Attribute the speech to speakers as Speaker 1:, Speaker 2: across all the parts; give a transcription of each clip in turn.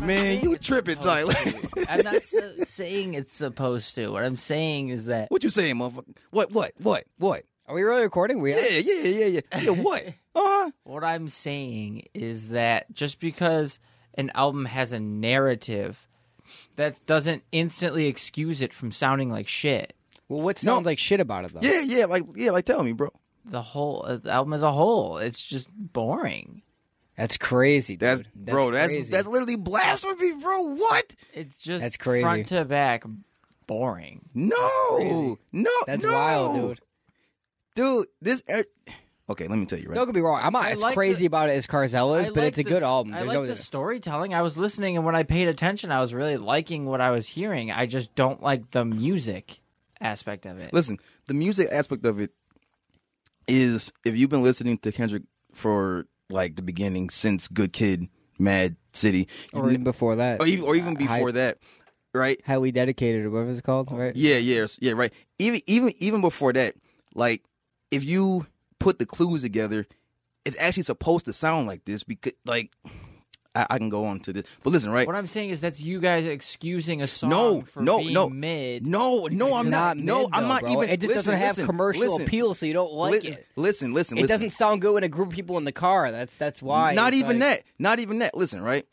Speaker 1: Man, you tripping,
Speaker 2: Oh,
Speaker 1: Tyler.
Speaker 3: I'm not so, saying it's supposed to. What I'm saying is that
Speaker 1: what you saying, motherfucker? What, what, what, what?
Speaker 2: Are we really recording? We are.
Speaker 1: Yeah, yeah, yeah, yeah. Yeah, what? Uh-huh.
Speaker 3: what I'm saying is that just because an album has a narrative, that doesn't instantly excuse it from sounding like shit.
Speaker 2: Well, what sounds like shit about it though?
Speaker 1: Yeah, yeah, like, yeah, like, tell me, bro.
Speaker 3: The whole uh, the album as a whole, it's just boring.
Speaker 2: That's crazy. Dude.
Speaker 1: That's, bro, that's,
Speaker 2: crazy.
Speaker 1: that's literally blasphemy, bro. What?
Speaker 3: It's just
Speaker 2: That's crazy.
Speaker 3: front to back boring.
Speaker 1: No,
Speaker 2: crazy.
Speaker 1: no,
Speaker 2: That's
Speaker 1: no.
Speaker 2: wild, dude.
Speaker 1: Dude, this. er- Okay, let me tell you right.
Speaker 2: Don't get me wrong. I'm not
Speaker 3: I
Speaker 2: as
Speaker 3: like
Speaker 2: crazy
Speaker 3: the-
Speaker 2: about it as Carzella is,
Speaker 3: I
Speaker 2: but
Speaker 3: like
Speaker 2: it's a
Speaker 3: the
Speaker 2: good
Speaker 3: s-
Speaker 2: album.
Speaker 3: I
Speaker 2: There's
Speaker 3: like
Speaker 2: no-
Speaker 3: the storytelling. I was listening, and when I paid attention, I was really liking what I was hearing. I just don't like the music aspect of it.
Speaker 1: Listen, the music aspect of it is if you've been listening to Kendrick for like the beginning since Good Kid, Mad City, you
Speaker 2: or
Speaker 1: kn-
Speaker 2: even before that,
Speaker 1: or even or even before
Speaker 2: Hi-
Speaker 1: that, right?
Speaker 2: highly dedicated or whatever it's called, right?
Speaker 1: Yeah, yeah, s- yeah, right. Even even even before that, like if you put the clues together, it's actually supposed to sound like this because like I, I can go on to this, but listen, right?
Speaker 3: What I'm saying is that's you guys excusing a song
Speaker 1: No,
Speaker 3: for
Speaker 1: no,
Speaker 3: being
Speaker 1: no.
Speaker 3: mid.
Speaker 1: No, no, I'm
Speaker 2: It's
Speaker 1: not.
Speaker 2: mid,
Speaker 1: no, I'm
Speaker 2: though,
Speaker 1: not
Speaker 2: bro.
Speaker 1: even.
Speaker 2: It just
Speaker 1: listen,
Speaker 2: doesn't have
Speaker 1: listen,
Speaker 2: commercial
Speaker 1: listen,
Speaker 2: appeal, so you don't like
Speaker 1: li-
Speaker 2: it.
Speaker 1: Listen, listen,
Speaker 2: It
Speaker 1: listen.
Speaker 2: doesn't sound good with a group of people in the car. That's that's why.
Speaker 1: Not
Speaker 2: It's
Speaker 1: even
Speaker 2: like-
Speaker 1: that. Not even that. Listen, right?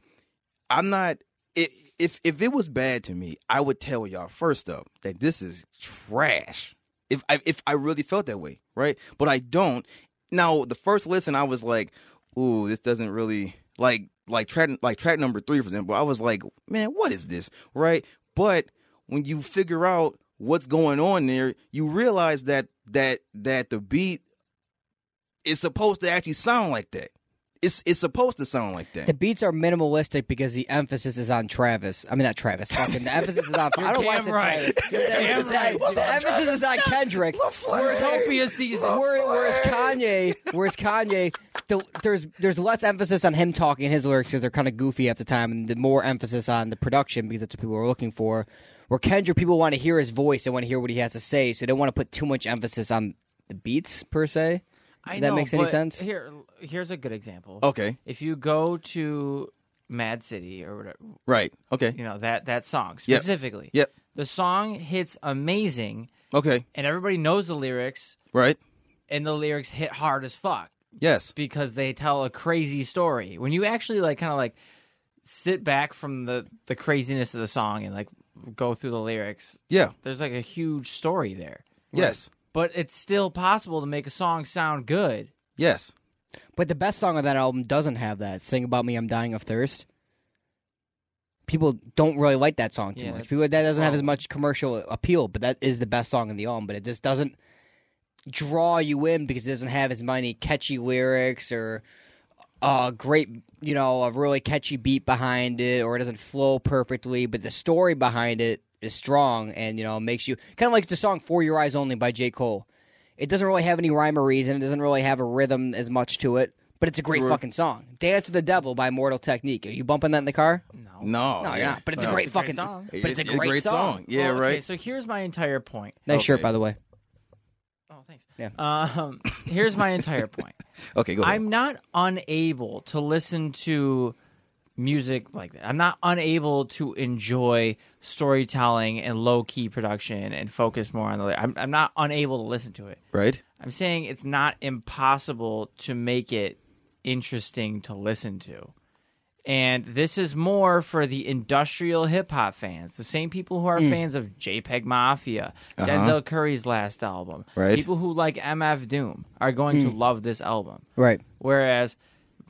Speaker 1: I'm not. It, if if it was bad to me, I would tell y'all first up that this is trash. If I if I really felt that way, right? But I don't. Now the first listen, I was like, "Ooh, this doesn't really like like track like track number three, for example." I was like, "Man, what is this?" Right? But when you figure out what's going on there, you realize that that that the beat is supposed to actually sound like that. It's it's supposed to sound like
Speaker 2: The
Speaker 1: that.
Speaker 2: beats are minimalistic because the emphasis is on Travis. I mean, not Travis. Fucking the emphasis is on. I don't want to say
Speaker 3: damn right.
Speaker 2: Travis. The
Speaker 3: You're damn
Speaker 2: emphasis-
Speaker 3: right,
Speaker 2: The emphasis is on Kendrick. Whereas
Speaker 3: Utopia season.
Speaker 2: Where, whereas Kanye, whereas Kanye, the, there's there's less emphasis on him talking in his lyrics because they're kind of goofy at the time, and the more emphasis on the production because that's what people are looking for. Where Kendrick, people want to hear his voice, they want to hear what he has to say, so they don't want to put too much emphasis on the beats per se.
Speaker 3: I
Speaker 2: that
Speaker 3: know,
Speaker 2: makes any
Speaker 3: but
Speaker 2: sense?
Speaker 3: Here, here's a good example.
Speaker 1: Okay,
Speaker 3: If you go to Mad City or whatever,
Speaker 1: right. Okay,
Speaker 3: you know that that song
Speaker 1: Yep.
Speaker 3: specifically.
Speaker 1: Yep.
Speaker 3: The song hits amazing,
Speaker 1: okay,
Speaker 3: and everybody knows the lyrics,
Speaker 1: right.
Speaker 3: and the lyrics hit hard as fuck.
Speaker 1: Yes,
Speaker 3: because they tell a crazy story. When you actually like kind of like sit back from the the craziness of the song and like go through the lyrics,
Speaker 1: yeah,
Speaker 3: there's like a huge story there.
Speaker 1: yes,
Speaker 3: But it's still possible to make a song sound good.
Speaker 1: yes.
Speaker 2: But the best song on that album doesn't have that. Sing about me, I'm dying of thirst. People don't really like that song too
Speaker 3: Yeah,
Speaker 2: much.
Speaker 3: that's-
Speaker 2: People that doesn't have as
Speaker 3: well-
Speaker 2: much commercial appeal, but that is the best song in the album. But it just doesn't draw you in because it doesn't have as many catchy lyrics or a great, you know, a really catchy beat behind it, or it doesn't flow perfectly. But the story behind it is strong, and you know, makes you kind of like the song "For Your Eyes Only" by J. Cole. It doesn't really have any rhyme or reason. It doesn't really have a rhythm as much to it, but it's a great fucking song. "Dance with the Devil" by Mortal Technique. Are you bumping that in the car?
Speaker 3: No.
Speaker 1: No,
Speaker 2: No, you're
Speaker 1: yeah.
Speaker 2: not. But it's
Speaker 1: No.
Speaker 2: a great
Speaker 3: It's a great
Speaker 2: fucking
Speaker 3: song.
Speaker 2: But it's, a great, song.
Speaker 1: Yeah,
Speaker 3: Well, okay,
Speaker 1: right.
Speaker 3: so here's my entire point.
Speaker 2: Nice shirt,
Speaker 1: Okay.
Speaker 2: by the way.
Speaker 3: Oh, thanks.
Speaker 2: Yeah.
Speaker 3: Um, here's my entire point.
Speaker 1: Okay, go ahead.
Speaker 3: I'm not unable to listen to music like that. I'm not unable to enjoy storytelling and low key production and focus more on the. I'm, I'm not unable to listen to it.
Speaker 1: right.
Speaker 3: I'm saying it's not impossible to make it interesting to listen to. And this is more for the industrial hip hop fans, the same people who are
Speaker 2: Hmm.
Speaker 3: fans of JPEG Mafia,
Speaker 2: Uh-huh.
Speaker 3: Denzel Curry's last album.
Speaker 1: Right.
Speaker 3: People who like MF Doom are going to love this album.
Speaker 2: Hmm. Right. Mm-hmm.
Speaker 3: Whereas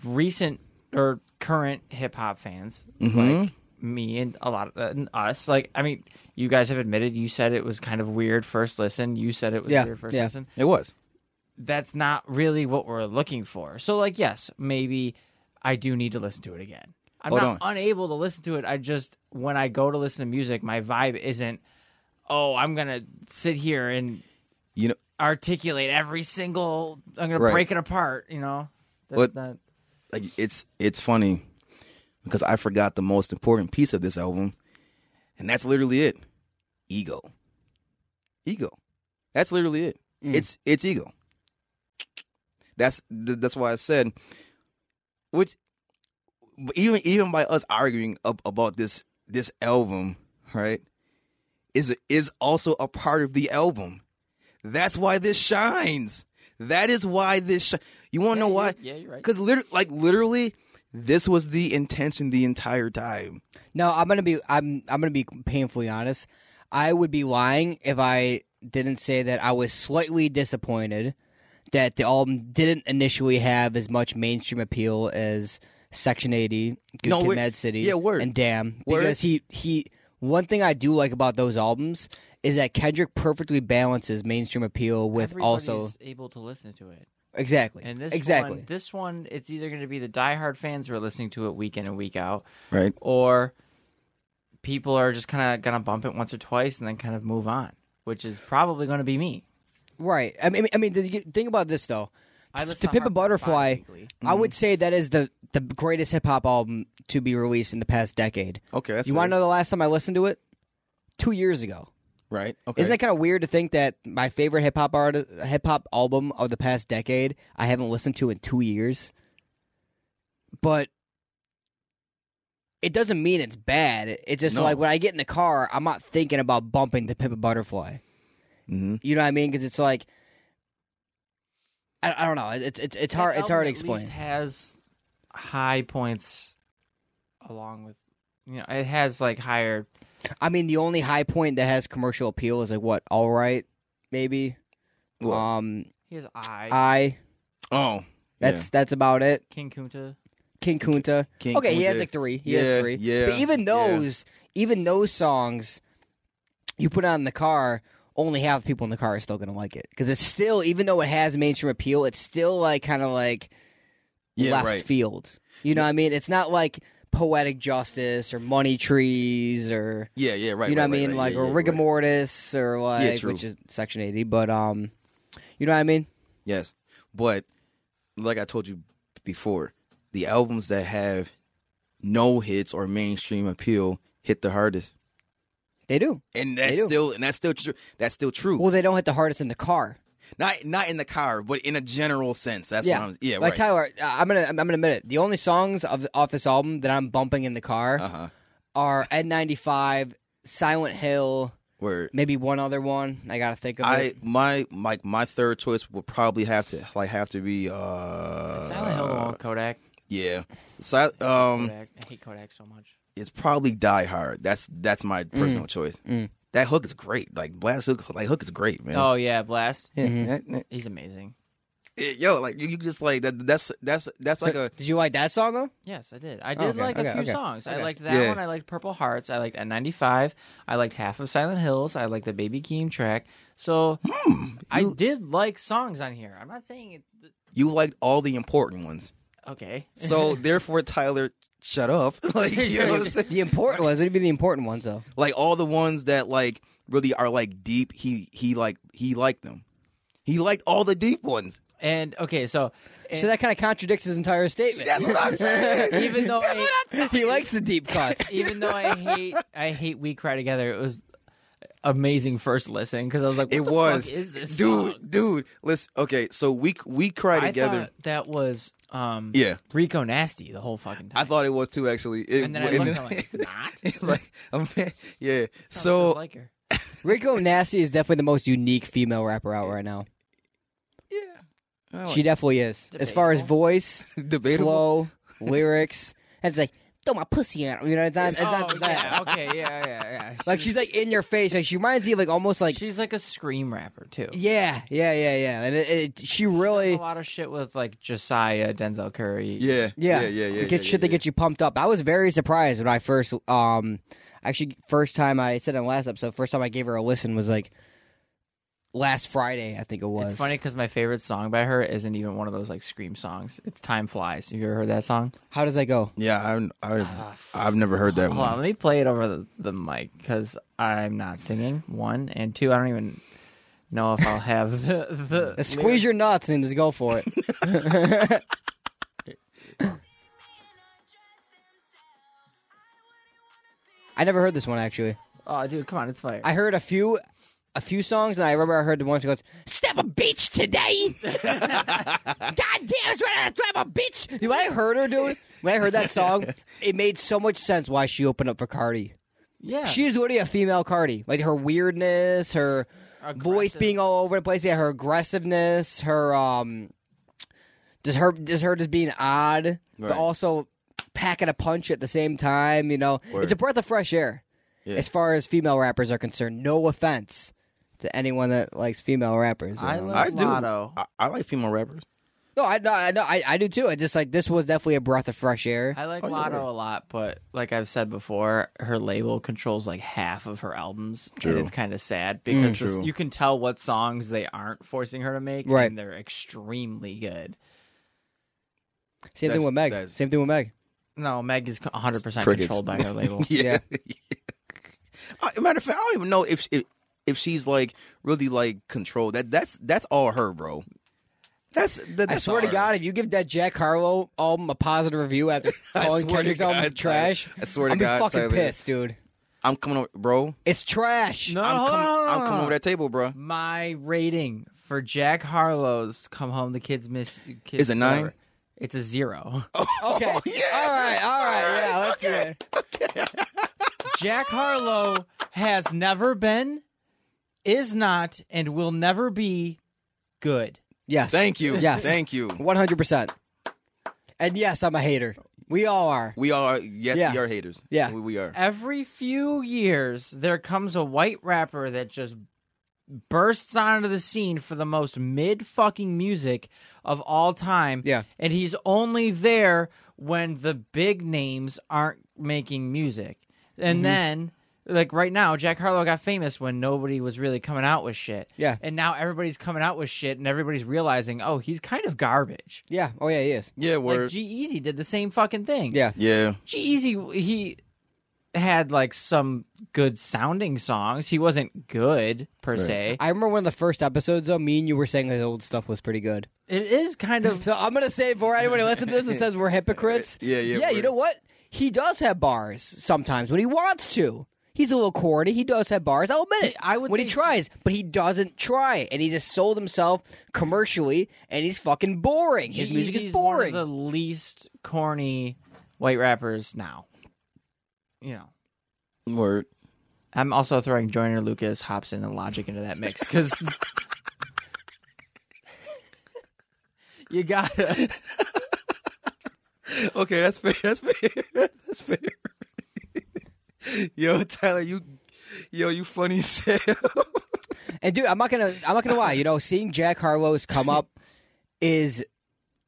Speaker 3: recent or current hip hop fans like me and a lot of uh, and us. Like, I mean, you guys have admitted you said it was kind of weird first listen. You said it was
Speaker 2: Yeah,
Speaker 3: weird first
Speaker 2: yeah.
Speaker 3: listen.
Speaker 1: It was.
Speaker 3: That's not really what we're looking for. So, like, yes, maybe I do need to listen to it again. I'm
Speaker 1: Hold
Speaker 3: not unable to listen to it. I just when I go to listen to music, my vibe isn't. Oh, I'm gonna sit here and
Speaker 1: You know,
Speaker 3: articulate every single. I'm gonna
Speaker 1: Right.
Speaker 3: break it apart. You know, that's
Speaker 1: What-
Speaker 3: not.
Speaker 1: like it's it's funny because I forgot the most important piece of this album, and that's literally it. Ego. Ego. That's literally it.
Speaker 2: Mm.
Speaker 1: It's it's ego. That's th- that's why I said, which even even by us arguing ab- about this this album, right, is is also a part of the album. That's why this shines. That is why this. Shi- you want to know
Speaker 3: Yeah,
Speaker 1: why?
Speaker 3: you're- Yeah, you're right.
Speaker 1: Because literally, like literally, this was the intention the entire time.
Speaker 2: No, I'm gonna be I'm I'm gonna be painfully honest. I would be lying if I didn't say that I was slightly disappointed that the album didn't initially have as much mainstream appeal as Section 80, Good
Speaker 1: No,
Speaker 2: Kid,
Speaker 1: word-
Speaker 2: Mad City,
Speaker 1: yeah, word.
Speaker 2: and Damn.
Speaker 1: Word.
Speaker 2: Because he he one thing I do like about those albums is that Kendrick perfectly balances mainstream appeal with also
Speaker 3: Everybody's able to listen to it.
Speaker 2: exactly
Speaker 3: And this
Speaker 2: exactly
Speaker 3: one, this one, it's either going to be the diehard fans who are listening to it week in and week out,
Speaker 1: Right.
Speaker 3: or people are just kind of going to bump it once or twice and then kind of move on, which is probably going to be me.
Speaker 2: right. I mean I mean did you get- think about this though.
Speaker 3: I
Speaker 2: To-
Speaker 3: listen
Speaker 2: to Pimp a
Speaker 3: Hardcore
Speaker 2: Butterfly,
Speaker 3: bi-weekly.
Speaker 2: I
Speaker 1: Mm-hmm.
Speaker 2: would say that is the the greatest hip hop album to be released in the past decade.
Speaker 1: Okay. That's
Speaker 2: you want to know the last time I listened to it? Two years ago.
Speaker 1: Right. Okay.
Speaker 2: Isn't that kind of weird to think that my favorite hip hop art hip hop album of the past decade I haven't listened to in two years? But it doesn't mean it's bad. It's just
Speaker 1: No.
Speaker 2: like when I get in the car, I'm not thinking about bumping to Pimp a Butterfly.
Speaker 1: hmm
Speaker 2: You know what I mean? Because it's like. I, I don't know. It's it's it's
Speaker 3: That
Speaker 2: hard it's
Speaker 3: album
Speaker 2: hard to
Speaker 3: at
Speaker 2: explain.
Speaker 3: least has high points along with, you know, it has like higher.
Speaker 2: I mean, the only high point that has commercial appeal is like what? All right, maybe.
Speaker 1: Well,
Speaker 2: um,
Speaker 3: He has I,
Speaker 2: I.
Speaker 1: oh.
Speaker 2: That's that's about it.
Speaker 3: King Kunta.
Speaker 2: King Kunta.
Speaker 1: King
Speaker 2: okay, he
Speaker 1: Kunta.
Speaker 2: has like three. He
Speaker 1: Yeah,
Speaker 2: has three.
Speaker 1: yeah,
Speaker 2: But even
Speaker 1: yeah.
Speaker 2: those, even those songs, you put on in the car. Only half the people in the car are still gonna like it because it's still, even though it has mainstream appeal, it's still like kind of like
Speaker 1: Yeah,
Speaker 2: left
Speaker 1: right.
Speaker 2: field. You know what I mean? It's not like poetic justice or money trees or
Speaker 1: Yeah. Yeah. Right.
Speaker 2: you know
Speaker 1: right,
Speaker 2: what I
Speaker 1: right,
Speaker 2: mean?
Speaker 1: right,
Speaker 2: like
Speaker 1: yeah,
Speaker 2: or
Speaker 1: yeah,
Speaker 2: rigor
Speaker 1: right.
Speaker 2: mortis or like
Speaker 1: true.
Speaker 2: which is section eighty, but um you know what I mean?
Speaker 1: Yes. But like I told you before, the albums that have no hits or mainstream appeal hit the hardest,
Speaker 2: They do.
Speaker 1: and
Speaker 2: They
Speaker 1: that's
Speaker 2: do.
Speaker 1: still and that's still true. That's still true.
Speaker 2: Well they don't hit the hardest in the car.
Speaker 1: not not in the car, but in a general sense. That's
Speaker 2: yeah.
Speaker 1: what I'm. Yeah.
Speaker 2: like
Speaker 1: right.
Speaker 2: Tyler, I- I'm gonna I'm gonna admit it. The only songs of off this album that I'm bumping in the car
Speaker 1: Uh huh.
Speaker 2: are Ed ninety five, Silent Hill,
Speaker 1: Word.
Speaker 2: maybe one other one. I gotta think of
Speaker 1: I
Speaker 2: it.
Speaker 1: my like my third choice would probably have to like have to be uh
Speaker 3: Silent Hill, the one with Kodak.
Speaker 1: Yeah. So um
Speaker 3: Kodak. I hate Kodak so much.
Speaker 1: it's probably Die Hard. That's that's my personal choice.
Speaker 2: Mm.
Speaker 1: That hook is great. Like Blast Hook like hook is great, man.
Speaker 3: Oh yeah, Blast.
Speaker 1: Yeah,
Speaker 2: Mhm.
Speaker 1: that- that-
Speaker 3: He's amazing.
Speaker 1: yeah, yo, like you, you just like that that's that's that's
Speaker 2: So-
Speaker 1: like a
Speaker 2: Did you like that song though?
Speaker 3: Yes, I did. I
Speaker 2: Oh,
Speaker 3: did
Speaker 2: okay,
Speaker 3: like
Speaker 2: okay,
Speaker 3: a few
Speaker 2: okay,
Speaker 3: songs.
Speaker 2: okay.
Speaker 3: I liked that
Speaker 1: Yeah.
Speaker 3: one. I liked Purple Hearts. I liked N95. I liked half of Silent Hills. I liked the Baby Keem track. So
Speaker 1: Hmm.
Speaker 3: I did like songs on here. I'm not saying it. th-
Speaker 1: you liked all the important ones.
Speaker 3: Okay.
Speaker 1: So therefore Tyler shut up. like you know what I'm saying?
Speaker 2: The important ones. It'd be the important ones though.
Speaker 1: Like all the ones that like really are like deep, he he like he liked them. He liked all the deep ones.
Speaker 3: and okay, so and
Speaker 2: So that kind of contradicts his entire statement.
Speaker 1: That's what I'm saying.
Speaker 3: even though I,
Speaker 2: he likes the deep cuts.
Speaker 3: even though I hate I hate We Cry Together, it was amazing first listen because I was like, what
Speaker 1: It
Speaker 3: the
Speaker 1: was,
Speaker 3: fuck is this
Speaker 1: dude,
Speaker 3: song?
Speaker 1: dude. Listen, okay, so we we cry
Speaker 3: I
Speaker 1: together.
Speaker 3: thought that was um
Speaker 1: yeah,
Speaker 3: Rico Nasty the whole fucking time.
Speaker 1: I thought it was too actually. It-
Speaker 3: and then I looked, I'm like, it's not.
Speaker 1: it's like, I'm- yeah.
Speaker 3: Sounds
Speaker 1: So
Speaker 3: just like her.
Speaker 2: Rico Nasty is definitely the most unique female rapper out right now.
Speaker 1: yeah, I
Speaker 2: She
Speaker 1: like-
Speaker 2: definitely is. As far as
Speaker 3: Debatable.
Speaker 2: voice,
Speaker 1: debatable.
Speaker 2: flow, lyrics, and it's like throw my pussy at him. You know, it's not, it's not
Speaker 3: oh,
Speaker 2: that.
Speaker 3: yeah. Okay. Yeah. Yeah. yeah.
Speaker 2: Like she's like in your face. Like she reminds me of like almost like
Speaker 3: she's like a scream rapper too.
Speaker 2: yeah, yeah, yeah, yeah. And it, it, she really
Speaker 3: a lot of shit with like Josiah, Denzel Curry.
Speaker 1: Yeah, yeah,
Speaker 2: yeah,
Speaker 1: yeah, yeah.
Speaker 2: You get
Speaker 1: yeah,
Speaker 2: shit that
Speaker 1: yeah.
Speaker 2: gets you pumped up. I was very surprised when I first, um, actually first time I said in the last episode, first time I gave her a listen was like last Friday, I think it was.
Speaker 3: It's funny because my favorite song by her isn't even one of those like scream songs. It's "Time Flies." Have you ever heard that song?
Speaker 2: How does that go?
Speaker 1: Yeah, I've, I've, I've never heard that
Speaker 3: Ah, Hold on,
Speaker 1: one.
Speaker 3: let me play it over the, the mic because I'm not singing. One and two, I don't even know if I'll have the the
Speaker 2: Just squeeze your nuts and just go for it. I never heard this one actually.
Speaker 3: Oh, dude, come on, it's fire.
Speaker 2: I heard a few, a few songs, and I remember I heard the one that goes "Step a bitch today." God damn, it's right step a bitch. Dude, When I heard her do it, when I heard that song, it made so much sense why she opened up for Cardi.
Speaker 3: yeah,
Speaker 2: She is already a female Cardi. Like her weirdness, her voice
Speaker 3: Aggressive.
Speaker 2: being all over the place. Yeah, her aggressiveness, her um, just her just her just being odd, but
Speaker 1: Right.
Speaker 2: also packing a punch at the same time. You know, it's a
Speaker 1: Word.
Speaker 2: breath of fresh air
Speaker 1: Yeah.
Speaker 2: as far as female rappers are concerned. No offense to anyone that likes female rappers. you
Speaker 3: I
Speaker 2: know?
Speaker 3: love
Speaker 1: I do.
Speaker 3: Lotto.
Speaker 1: I, I like female rappers.
Speaker 2: no, I no, I no, I, I do too. I just like this was definitely a breath of fresh air.
Speaker 3: I like
Speaker 1: Oh, yeah,
Speaker 3: Lotto
Speaker 1: right.
Speaker 3: a lot, but like I've said before, her label controls like half of her albums,
Speaker 1: True. Mm,
Speaker 3: and it's kind of sad because this-
Speaker 1: True.
Speaker 3: you can tell what songs they aren't forcing her to make,
Speaker 2: Right.
Speaker 3: and they're extremely good.
Speaker 2: Same thing
Speaker 1: That's-
Speaker 2: with Meg.
Speaker 1: that's-
Speaker 2: Same thing with Meg.
Speaker 3: No, Meg is 100 percent
Speaker 1: Crickets.
Speaker 3: controlled by her label.
Speaker 1: Yeah. Uh, matter of fact, I don't even know if if, if she's like really like controlled. That that's that's all her, bro. That's that,
Speaker 2: I
Speaker 1: that's
Speaker 2: swear to
Speaker 1: all her.
Speaker 2: God, if you give that Jack Harlow album a positive review after
Speaker 1: I
Speaker 2: calling
Speaker 1: swear to
Speaker 2: Kendrick's album
Speaker 1: God,
Speaker 2: trash,
Speaker 1: Tyler. I swear to
Speaker 2: I'm be
Speaker 1: God,
Speaker 2: fucking
Speaker 1: Tyler.
Speaker 2: pissed, dude.
Speaker 1: I'm coming over, bro.
Speaker 2: It's trash.
Speaker 3: No,
Speaker 1: I'm
Speaker 3: hold
Speaker 1: coming.
Speaker 3: on, hold on,
Speaker 1: I'm coming
Speaker 3: hold
Speaker 1: over
Speaker 3: on.
Speaker 1: that table, bro.
Speaker 3: My rating for Jack Harlow's "Come Home, the Kids Miss" kids
Speaker 1: Is it nine?
Speaker 3: Forever, It's a zero.
Speaker 2: Okay.
Speaker 1: Oh, yeah.
Speaker 2: All right. All right. Yeah. Let's do it.
Speaker 3: Jack Harlow has never been, is not, and will never be good.
Speaker 2: Yes.
Speaker 1: Thank you.
Speaker 2: Yes.
Speaker 1: Thank you.
Speaker 2: One hundred percent. And yes, I'm a hater. We all are.
Speaker 1: We are. Yes,
Speaker 2: Yeah.
Speaker 1: we are haters.
Speaker 2: Yeah.
Speaker 1: we, we are.
Speaker 3: Every few years, there comes a white rapper that just bursts onto the scene for the most mid fucking music of all time.
Speaker 2: Yeah.
Speaker 3: And he's only there when the big names aren't making music. And
Speaker 2: Mm-hmm.
Speaker 3: then, like right now, Jack Harlow got famous when nobody was really coming out with shit.
Speaker 2: Yeah.
Speaker 3: And now everybody's coming out with shit and everybody's realizing, oh, he's kind of garbage.
Speaker 2: Yeah. Oh yeah, he is.
Speaker 1: Yeah, word.
Speaker 3: Like G Easy did the same fucking thing.
Speaker 2: Yeah.
Speaker 1: yeah,
Speaker 3: G Easy he had like some good sounding songs. He wasn't good per se.
Speaker 2: I remember one of the first episodes though. Me and you were saying his old stuff was pretty good.
Speaker 3: It is kind of
Speaker 2: So I'm gonna say for anybody listening to this that says we're hypocrites.
Speaker 1: Yeah, yeah,
Speaker 2: Yeah, you
Speaker 1: we're-
Speaker 2: know what? He does have bars sometimes when he wants to. He's a little corny. He does have bars. I'll admit it.
Speaker 3: I would
Speaker 2: when he
Speaker 3: say-
Speaker 2: tries, but he doesn't try, and he just sold himself commercially, and he's fucking boring. His music
Speaker 3: G-Eazy's
Speaker 2: is
Speaker 3: one of
Speaker 2: boring.
Speaker 3: the least corny white rappers now. You know.
Speaker 1: word.
Speaker 3: I'm also throwing Joyner Lucas, Hobson, and Logic into that mix because you gotta
Speaker 1: Okay, that's fair. That's fair. That's fair. yo, Tyler, you, yo, you funny as hell.
Speaker 2: And dude, I'm not gonna I'm not gonna lie. You know, seeing Jack Harlow's come up is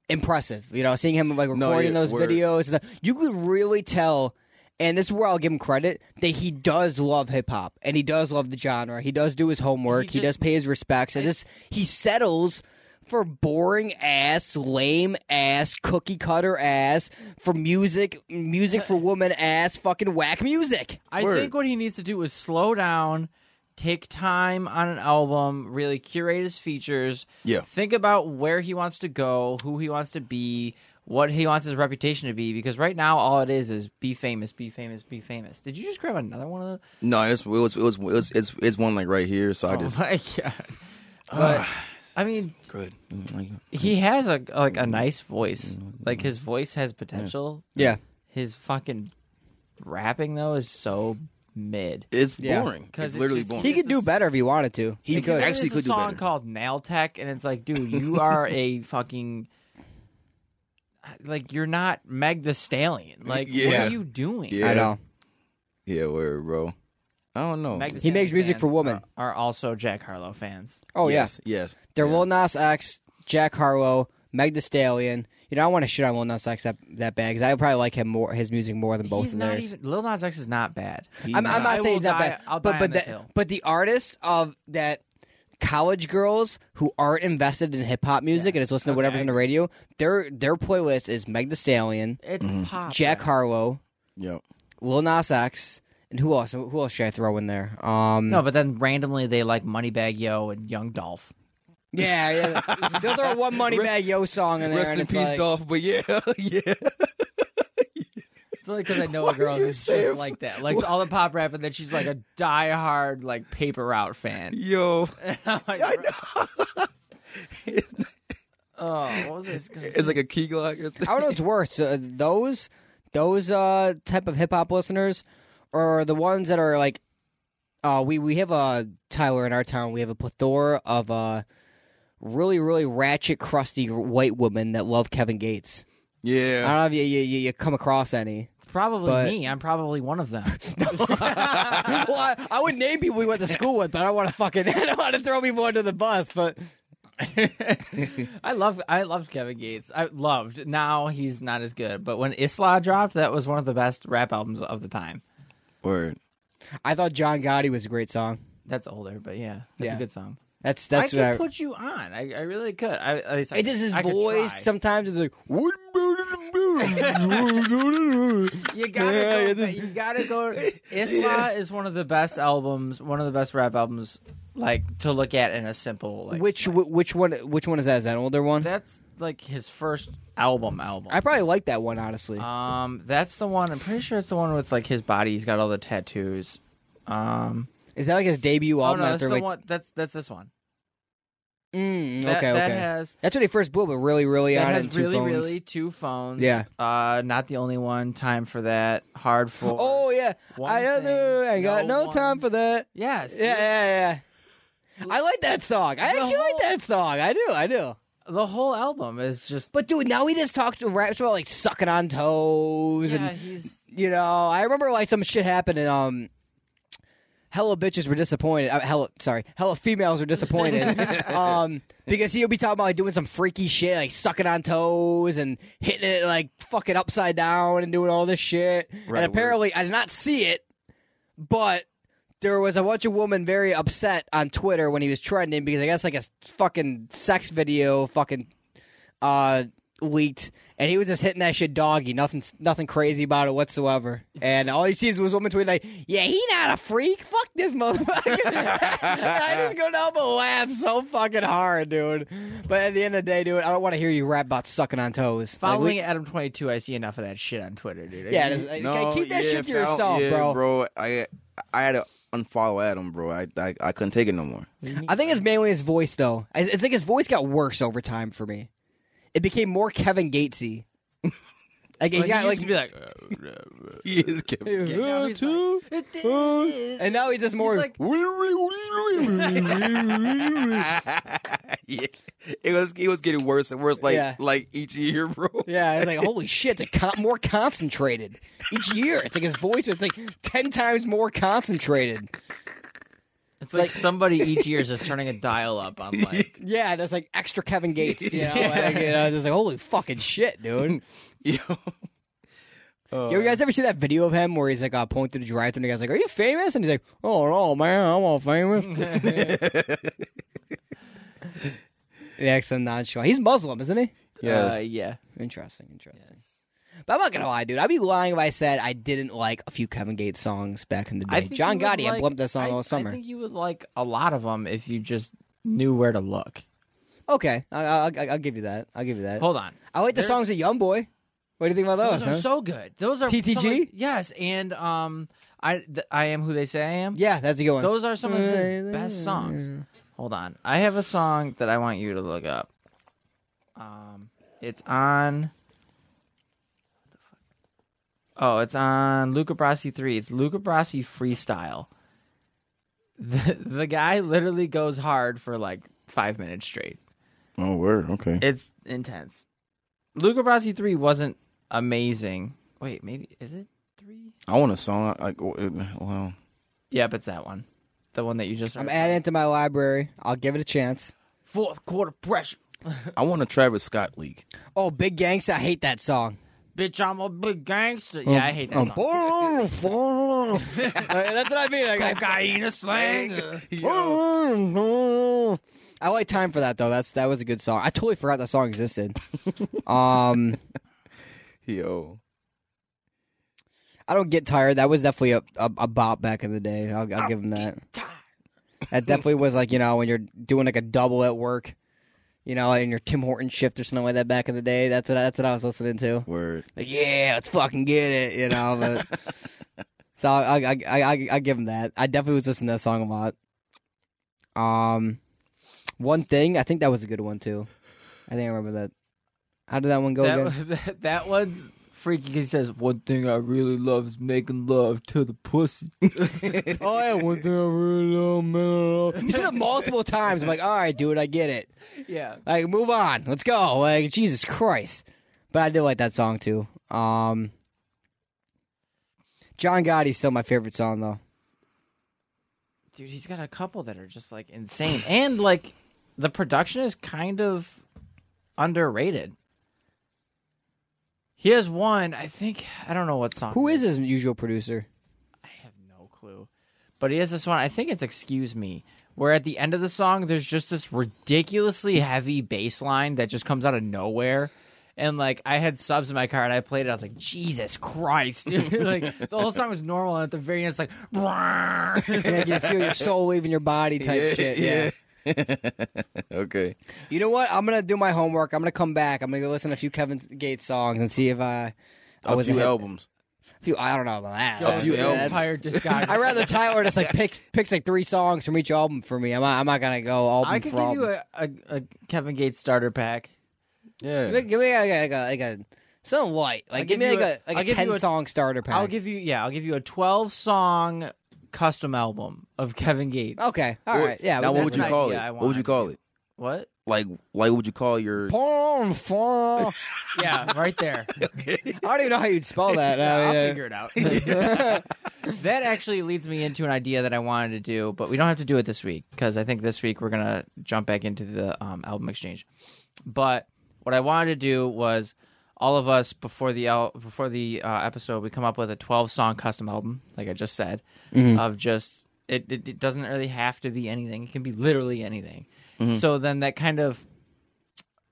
Speaker 2: impressive. You know, seeing him like recording
Speaker 1: No, yeah,
Speaker 2: those
Speaker 1: word.
Speaker 2: videos, and the- you could really tell. And this is where I'll give him credit that he does love hip hop and he does love the genre. He does do his homework. He,
Speaker 3: He
Speaker 2: does
Speaker 3: just-
Speaker 2: pay his respects. And this he settles for boring ass, lame ass, cookie cutter ass for music, music for woman ass, fucking whack music.
Speaker 3: I
Speaker 1: Word.
Speaker 3: think what he needs to do is slow down, take time on an album, really curate his features.
Speaker 1: Yeah.
Speaker 3: Think about where he wants to go, who he wants to be, what he wants his reputation to be. Because right now, all it is is be famous, be famous, be famous. Did you just grab another one of the?
Speaker 1: No, it's, it was, it was, it was, it's, it's one like right here. So I
Speaker 3: Oh
Speaker 1: just
Speaker 3: my god! But I mean,
Speaker 1: Ah, good. Mm,
Speaker 3: he has a like a nice voice. Like his voice has potential.
Speaker 2: Yeah.
Speaker 3: His fucking rapping though is so mid.
Speaker 1: It's
Speaker 2: Yeah.
Speaker 1: boring.
Speaker 3: 'Cause
Speaker 1: It's
Speaker 3: it
Speaker 1: literally
Speaker 3: just-
Speaker 1: boring.
Speaker 2: He could do better if he wanted to.
Speaker 1: He
Speaker 2: could.
Speaker 1: could. actually
Speaker 3: There's a
Speaker 1: do
Speaker 3: song
Speaker 1: better.
Speaker 3: called Nail Tech, and it's like, dude, you are a fucking. like you're not Meg the Stallion. Like what
Speaker 1: Yeah.
Speaker 3: are you doing?
Speaker 1: Yeah.
Speaker 2: I know.
Speaker 1: Yeah, word, bro. I don't know.
Speaker 3: Meg the
Speaker 2: He makes
Speaker 3: Stallion
Speaker 2: music for
Speaker 3: fans
Speaker 2: women.
Speaker 3: Are, are also Jack Harlow fans.
Speaker 2: Oh yes.
Speaker 1: yes, yes.
Speaker 2: They're Lil Nas X, Jack Harlow, Meg The Stallion. You know, I want to shit on Lil Nas X that, that bad because I probably like him more, his music more than both
Speaker 3: He's
Speaker 2: of
Speaker 3: not
Speaker 2: theirs.
Speaker 3: even Lil Nas X is not bad.
Speaker 2: I'm, I'm
Speaker 3: I
Speaker 2: not saying
Speaker 3: will
Speaker 2: it's not
Speaker 3: die-
Speaker 2: bad,
Speaker 3: I'll
Speaker 2: but
Speaker 3: die
Speaker 2: but
Speaker 3: on this
Speaker 2: the,
Speaker 3: hill.
Speaker 2: but the artists of that college girls who aren't invested in hip hop music and
Speaker 3: Yes.
Speaker 2: is listening
Speaker 3: Okay,
Speaker 2: to whatever's
Speaker 3: I
Speaker 2: on the radio, their their playlist is Meg The Stallion,
Speaker 3: It's pop.
Speaker 2: Mm-hmm. Jack
Speaker 3: man.
Speaker 2: Harlow,
Speaker 1: Yep.
Speaker 2: Lil Nas X, and who else? Who else should I throw in there? Um,
Speaker 3: No, but then randomly they like Moneybag Yo and Young Dolph.
Speaker 2: yeah, yeah. they'll throw one Money Bag Yo song in there.
Speaker 1: Rest
Speaker 2: and
Speaker 1: in
Speaker 2: it's
Speaker 1: peace,
Speaker 2: like,
Speaker 1: Dolph. But yeah, yeah.
Speaker 3: It's only because I know a girl
Speaker 1: you
Speaker 3: who's just
Speaker 1: saying-
Speaker 3: like that, likes all the pop rap, and then she's like a diehard like paper route fan.
Speaker 1: Yo,
Speaker 3: I'm like,
Speaker 1: I know.
Speaker 3: oh, what was this? gonna
Speaker 1: it's
Speaker 3: say?
Speaker 1: like a key glock. or something.
Speaker 2: I don't know what's worse. Uh, those those uh type of hip hop listeners or the ones that are like uh we we have a Tyler in our town, we have a plethora of uh really really ratchet crusty white women that love Kevin Gates. I don't
Speaker 1: Yeah.
Speaker 2: know if you you, you you come across any.
Speaker 3: probably
Speaker 2: but-
Speaker 3: me. I'm probably one of them.
Speaker 2: well, I, I would name people we went to school with, but I don't want to fucking I don't want to throw people under the bus, but
Speaker 3: I love I loved Kevin Gates. I loved. Now he's not as good, but when Isla dropped, that was one of the best rap albums of the time.
Speaker 1: Word.
Speaker 2: I thought John Gotti was a great song.
Speaker 3: That's older, but yeah, that's
Speaker 2: Yeah.
Speaker 3: a good song.
Speaker 2: That's that's
Speaker 3: I
Speaker 2: what
Speaker 3: could
Speaker 2: I
Speaker 3: put you on. I, I really could. I, at least I,
Speaker 2: It is his
Speaker 3: I could
Speaker 2: voice.
Speaker 3: try.
Speaker 2: Sometimes it's like, "What
Speaker 3: You gotta go. ba- You gotta go. Isla is one of the best albums. One of the best rap albums, like to look at in a simple like.
Speaker 2: which wh- which one? Which one is that? Is that an older one?
Speaker 3: that's like his first album. Album.
Speaker 2: I probably like that one honestly.
Speaker 3: um, that's the one. I'm pretty sure it's the one with like his body. He's got all the tattoos. Um,
Speaker 2: is that like his debut
Speaker 3: oh
Speaker 2: album?
Speaker 3: no,
Speaker 2: that
Speaker 3: that's
Speaker 2: they're
Speaker 3: the
Speaker 2: like,
Speaker 3: one. That's that's this one.
Speaker 2: Mm,
Speaker 3: That-
Speaker 2: okay,
Speaker 3: that
Speaker 2: okay.
Speaker 3: has-
Speaker 2: that's when he first blew, but really, really
Speaker 3: That
Speaker 2: on it
Speaker 3: has
Speaker 2: and two
Speaker 3: really,
Speaker 2: phones.
Speaker 3: really two phones.
Speaker 2: Yeah.
Speaker 3: Uh, not the only one. Time for that. Hard for.
Speaker 2: Oh yeah,
Speaker 3: One
Speaker 2: another.
Speaker 3: thing,
Speaker 2: I got
Speaker 3: no
Speaker 2: no, time
Speaker 3: one-
Speaker 2: for that.
Speaker 3: yes.
Speaker 2: Yeah, yeah, yeah. I like that song. I
Speaker 3: The
Speaker 2: actually like
Speaker 3: whole-
Speaker 2: that song. I do, I do.
Speaker 3: The whole album is just.
Speaker 2: But dude, now he just talks to raps about like sucking on toes
Speaker 3: yeah,
Speaker 2: and
Speaker 3: he's
Speaker 2: you know, I remember like some shit happened and um hella bitches were disappointed. Uh, hella sorry, hella females were disappointed. um because he'll be talking about like doing some freaky shit, like sucking on toes and hitting it like fucking upside down and doing all this shit.
Speaker 1: Right,
Speaker 2: and apparently I did not see it, but there was a bunch of women very upset on Twitter when he was trending because I guess like a s- fucking sex video fucking uh leaked and he was just hitting that shit doggy nothing nothing crazy about it whatsoever and all you see is was woman tweeting like yeah he not a freak fuck this motherfucker i just go down but laugh so fucking hard dude but at the end of the day dude i don't want to hear you rap about sucking on toes Like, we-
Speaker 3: Following Adam twenty two, I see enough of that shit on Twitter, dude.
Speaker 2: yeah it is- okay, keep that
Speaker 1: yeah,
Speaker 2: shit to
Speaker 1: foul-
Speaker 2: yourself
Speaker 1: yeah,
Speaker 2: bro.
Speaker 1: Bro, I I had to unfollow Adam, bro. I I, I couldn't take it no more.
Speaker 2: i think it's mainly his voice though I- it's like his voice got worse over time for me it became more kevin gatesy like,
Speaker 3: Like,
Speaker 2: he got
Speaker 3: he
Speaker 2: like
Speaker 3: used to be like,
Speaker 1: He is Kevin.
Speaker 3: okay, now he's like, "It is."
Speaker 2: and now he's just more
Speaker 3: like-
Speaker 1: yeah. It was it was getting worse and worse like
Speaker 2: Yeah.
Speaker 1: like each year, bro.
Speaker 2: Yeah, it's like holy shit, it's a con- more concentrated each year. It's like his voice, but it's like ten times more concentrated.
Speaker 3: it's like somebody each year is just turning a dial up on like.
Speaker 2: Yeah, that's like extra Kevin Gates. You know, like, you know, it's like holy fucking shit, dude.
Speaker 1: Yo.
Speaker 2: You guys ever see that video of him where he's like uh, pointing through the drive-thru and the guy's like, "Are you famous?" And he's like, "Oh no, man, I'm all famous." yeah, some nonchalant. He's Muslim, isn't he?
Speaker 3: Uh, yeah.
Speaker 2: Interesting, interesting. But I'm not gonna lie, dude. I'd be lying if I said I didn't like a few Kevin Gates songs back in the day.
Speaker 3: think
Speaker 2: John
Speaker 3: you would
Speaker 2: Gotti, I
Speaker 3: like-
Speaker 2: blumped that song
Speaker 3: I-
Speaker 2: all summer.
Speaker 3: I think you would like a lot of them if you just knew where to look.
Speaker 2: Okay, I, I, I, I'll give you that. I'll give you that.
Speaker 3: Hold on.
Speaker 2: I like the
Speaker 3: There's-
Speaker 2: songs of Young Boy. What do you think about those?
Speaker 3: Those
Speaker 2: huh?
Speaker 3: are so good. Those are
Speaker 2: TTG?
Speaker 3: some of- yes, and um, I th- I am who they say I am.
Speaker 2: yeah, that's a good one.
Speaker 3: Those are some of his best songs. Hold on. I have a song that I want you to look up. Um, it's on. Oh, it's on Luca Brasi 3. It's Luca Brasi Freestyle. The, the guy literally goes hard for like five minutes straight.
Speaker 1: Oh word, okay.
Speaker 3: It's intense. Luca Brasi three wasn't amazing. Wait, maybe is it three?
Speaker 1: I want a song. Like, well,
Speaker 3: Yep, it's that one, the one that you just.
Speaker 2: I'm
Speaker 3: heard.
Speaker 2: adding it to my library. I'll give it a chance.
Speaker 3: fourth quarter pressure.
Speaker 1: I want a Travis Scott league.
Speaker 2: Oh, Big Gangsta, I hate that song.
Speaker 3: Bitch, I'm a big gangster.
Speaker 2: Oh,
Speaker 3: Yeah, I hate that song.
Speaker 2: Uh, That's what I mean. I, got-
Speaker 3: Cocaine slang.
Speaker 2: I like time for that though. That's that was a good song. I totally forgot that song existed. um,
Speaker 1: Yo,
Speaker 2: I don't get tired. That was definitely a a, a bop back in the day. I'll, I'll give him that. That definitely was like you know when you're doing like a double at work, you know, in your Tim Hortons shift or something like that back in the day. That's what that's what I was listening to.
Speaker 1: word.
Speaker 2: Like, yeah, let's fucking get it, you know. But so I, I, I, I, I give him that. I definitely was listening to that song a lot. Um, one thing I think that was a good one too. I think I remember that. How did that one go again?
Speaker 3: That, that, that one's freaky. 'cause He says one thing I really love is making love to the pussy.
Speaker 2: oh yeah, one thing I really love, man. You said it multiple times. I'm like, all right, dude, I get it.
Speaker 3: Yeah,
Speaker 2: Like, move on. Let's go. Like, Jesus Christ. But I did like that song too. Um, John Gotti's still my favorite song though.
Speaker 3: dude, he's got a couple that are just like insane, and like the production is kind of underrated. He has one, I think. I don't know what song.
Speaker 2: Who
Speaker 3: it
Speaker 2: is his usual producer?
Speaker 3: I have no clue. But he has this one, I think it's Excuse Me, where at the end of the song, there's just this ridiculously heavy bass line that just comes out of nowhere. And like I had subs in my car and I played it, I was like, Jesus Christ, dude. like the whole song was normal and at the very end it's like "Brrrr."
Speaker 2: and like you feel your soul leaving your body type shit. Yeah.
Speaker 1: okay.
Speaker 2: You know what? I'm gonna do my homework. I'm gonna come back. I'm gonna go listen to a few Kevin Gates songs and see if I, I
Speaker 1: A
Speaker 2: was
Speaker 1: few
Speaker 2: hit-
Speaker 1: albums.
Speaker 2: A few. I don't know about that.
Speaker 1: A few
Speaker 3: Yeah,
Speaker 1: albums.
Speaker 3: entire
Speaker 2: I'd
Speaker 3: discography.
Speaker 2: rather Tyler just like picks picks like three songs from each album for me. I'm not, I'm not gonna go album
Speaker 3: I could
Speaker 2: for
Speaker 3: give you
Speaker 2: album.
Speaker 3: a, a, a Kevin Gates starter pack.
Speaker 1: Yeah.
Speaker 2: Give me- give me like a, like a, like a something light. Like
Speaker 3: I'll
Speaker 2: give me
Speaker 3: give
Speaker 2: like
Speaker 3: you
Speaker 2: a,
Speaker 3: a- I'll
Speaker 2: like a
Speaker 3: give you
Speaker 2: ten
Speaker 3: a-
Speaker 2: song starter pack.
Speaker 3: I'll give you yeah, I'll give you a twelve song custom album of Kevin Gates.
Speaker 2: okay. All
Speaker 1: Or-
Speaker 2: right. Yeah.
Speaker 1: Now,
Speaker 2: we-
Speaker 1: what would you
Speaker 3: that's an
Speaker 1: call it?
Speaker 3: idea I
Speaker 1: What would you
Speaker 3: want.
Speaker 1: call it?
Speaker 3: What?
Speaker 1: Like, like, would you call your?
Speaker 2: Porn for-
Speaker 3: Yeah, right there.
Speaker 2: I don't even know how you'd spell that.
Speaker 3: Yeah,
Speaker 2: Uh,
Speaker 3: I'll
Speaker 2: yeah.
Speaker 3: figure it out. that actually leads me into an idea that I wanted to do, but we don't have to do it this week because I think this week we're gonna jump back into the um, album exchange. But what I wanted to do was all of us before the el- before the uh, episode, we come up with a twelve song custom album, like I just said, of just it, it. It doesn't really have to be anything; it can be literally anything. So then that kind of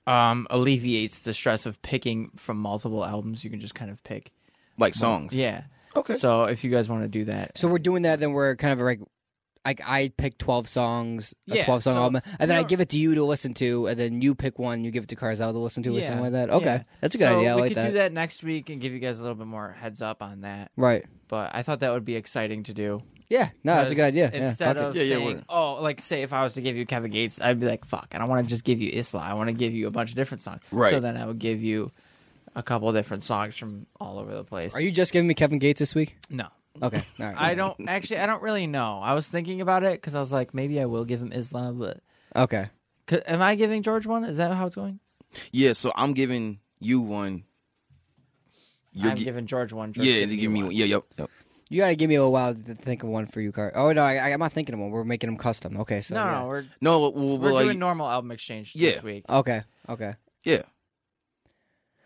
Speaker 3: um, alleviates the stress of picking from multiple albums. You can just kind of pick
Speaker 1: like songs.
Speaker 3: yeah.
Speaker 1: Okay.
Speaker 3: So if you guys want to do that,
Speaker 2: So we're doing that. Then we're kind of like, like I pick twelve songs, a
Speaker 3: Yeah,
Speaker 2: twelve song
Speaker 3: so-
Speaker 2: album, and then I
Speaker 3: no.
Speaker 2: give it to you to listen to, and then you pick one, you give it to Carzal to listen to, or something
Speaker 3: Yeah,
Speaker 2: like that. Okay,
Speaker 3: yeah.
Speaker 2: that's a good
Speaker 3: so
Speaker 2: idea. I
Speaker 3: we
Speaker 2: like
Speaker 3: could
Speaker 2: that.
Speaker 3: do that next week and give you guys a little bit more heads up on that.
Speaker 2: Right?
Speaker 3: But I thought that would be exciting to do.
Speaker 2: Yeah. No, that's a good
Speaker 3: 'Cause
Speaker 2: idea. Yeah,
Speaker 3: Instead
Speaker 2: fuck it.
Speaker 3: of
Speaker 1: Yeah, yeah,
Speaker 3: saying,
Speaker 1: we're-
Speaker 3: "Oh, like say if I was to give you Kevin Gates, I'd be like, fuck, I don't want to just give you Isla. I want to give you a bunch of different songs.'
Speaker 1: Right.
Speaker 3: So then I would give you a couple of different songs from all over the place.
Speaker 2: are you just giving me Kevin Gates this week?
Speaker 3: No,
Speaker 2: Okay. All right.
Speaker 3: I don't actually. I don't really know. I was thinking about it because I was like, maybe I will give him Isla, but
Speaker 2: Okay.
Speaker 3: 'Cause- am I giving George one? Is that how it's going?
Speaker 1: Yeah. So I'm giving you one. You're
Speaker 3: I'm
Speaker 1: gi-
Speaker 3: giving George one. George
Speaker 1: yeah,
Speaker 3: giving
Speaker 1: and you
Speaker 3: you
Speaker 1: give me one. Yeah, yep, yep.
Speaker 2: You gotta give me a little while to think of one for you, Car. Oh no, I, I'm not thinking of one. We're making them custom. Okay. So
Speaker 3: No,
Speaker 2: yeah.
Speaker 3: no, we're
Speaker 1: No, well,
Speaker 3: We're
Speaker 1: well, like,
Speaker 3: doing normal album exchange
Speaker 1: Yeah.
Speaker 3: this week.
Speaker 2: Okay. Okay.
Speaker 1: yeah.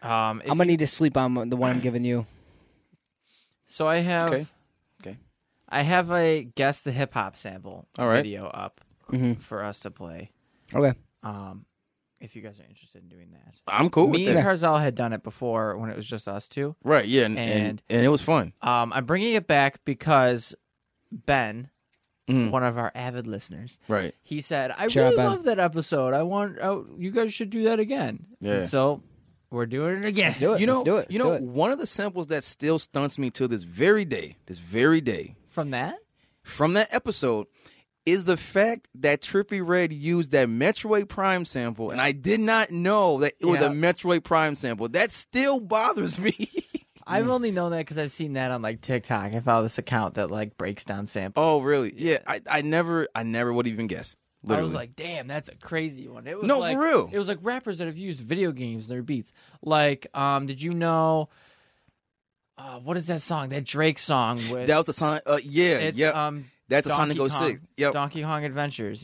Speaker 3: Um, if
Speaker 2: I'm gonna need to sleep on the one I'm giving you.
Speaker 3: So I have.
Speaker 1: Okay. Okay.
Speaker 3: I have a guess the hip hop sample
Speaker 1: All right.
Speaker 3: video up
Speaker 2: Mhm.
Speaker 3: for us to play.
Speaker 2: Okay.
Speaker 3: Um, if you guys are interested in doing that,
Speaker 1: I'm cool
Speaker 3: me
Speaker 1: with
Speaker 3: and
Speaker 1: that.
Speaker 3: Carzal had done it before when it was just us two.
Speaker 1: Right. Yeah, and, and
Speaker 3: And-
Speaker 1: and it was fun.
Speaker 3: Um, I'm bringing it back because Ben,
Speaker 1: Mm.
Speaker 3: one of our avid listeners,
Speaker 1: Right.
Speaker 3: he said, "I
Speaker 2: Shout out
Speaker 3: really
Speaker 2: Ben.
Speaker 3: love that episode. I want oh, you guys should do that again."
Speaker 1: Yeah.
Speaker 3: And so we're doing it again.
Speaker 2: Do it.
Speaker 1: You know,
Speaker 2: Let's do it.
Speaker 1: you
Speaker 2: Let's
Speaker 1: know,
Speaker 2: do it.
Speaker 1: one of the samples that still stunts me to this very day, this very day,
Speaker 3: From that,
Speaker 1: from that episode, is the fact that Trippy Red used that Metroid Prime sample, and I did not know that it was a
Speaker 3: Yeah.
Speaker 1: Metroid Prime sample. That still bothers me. Hmm.
Speaker 3: I've only known that because I've seen that on like TikTok. I follow this account that like breaks down samples.
Speaker 1: oh, really? Yeah, I, I never, I never would even guess.
Speaker 3: I was
Speaker 1: Literally.
Speaker 3: like, damn, that's a crazy one. It was
Speaker 1: No, for
Speaker 3: like,
Speaker 1: real.
Speaker 3: It was like rappers that have used video games in their beats. Like, um, did you know? Uh, what is that song? That Drake song with
Speaker 1: That was a sign. Uh, yeah,
Speaker 3: it's,
Speaker 1: yeah.
Speaker 3: um,
Speaker 1: That's a Sonic
Speaker 3: Donkey
Speaker 1: 06.
Speaker 3: Kong.
Speaker 1: Yep.
Speaker 3: Donkey Kong Adventures.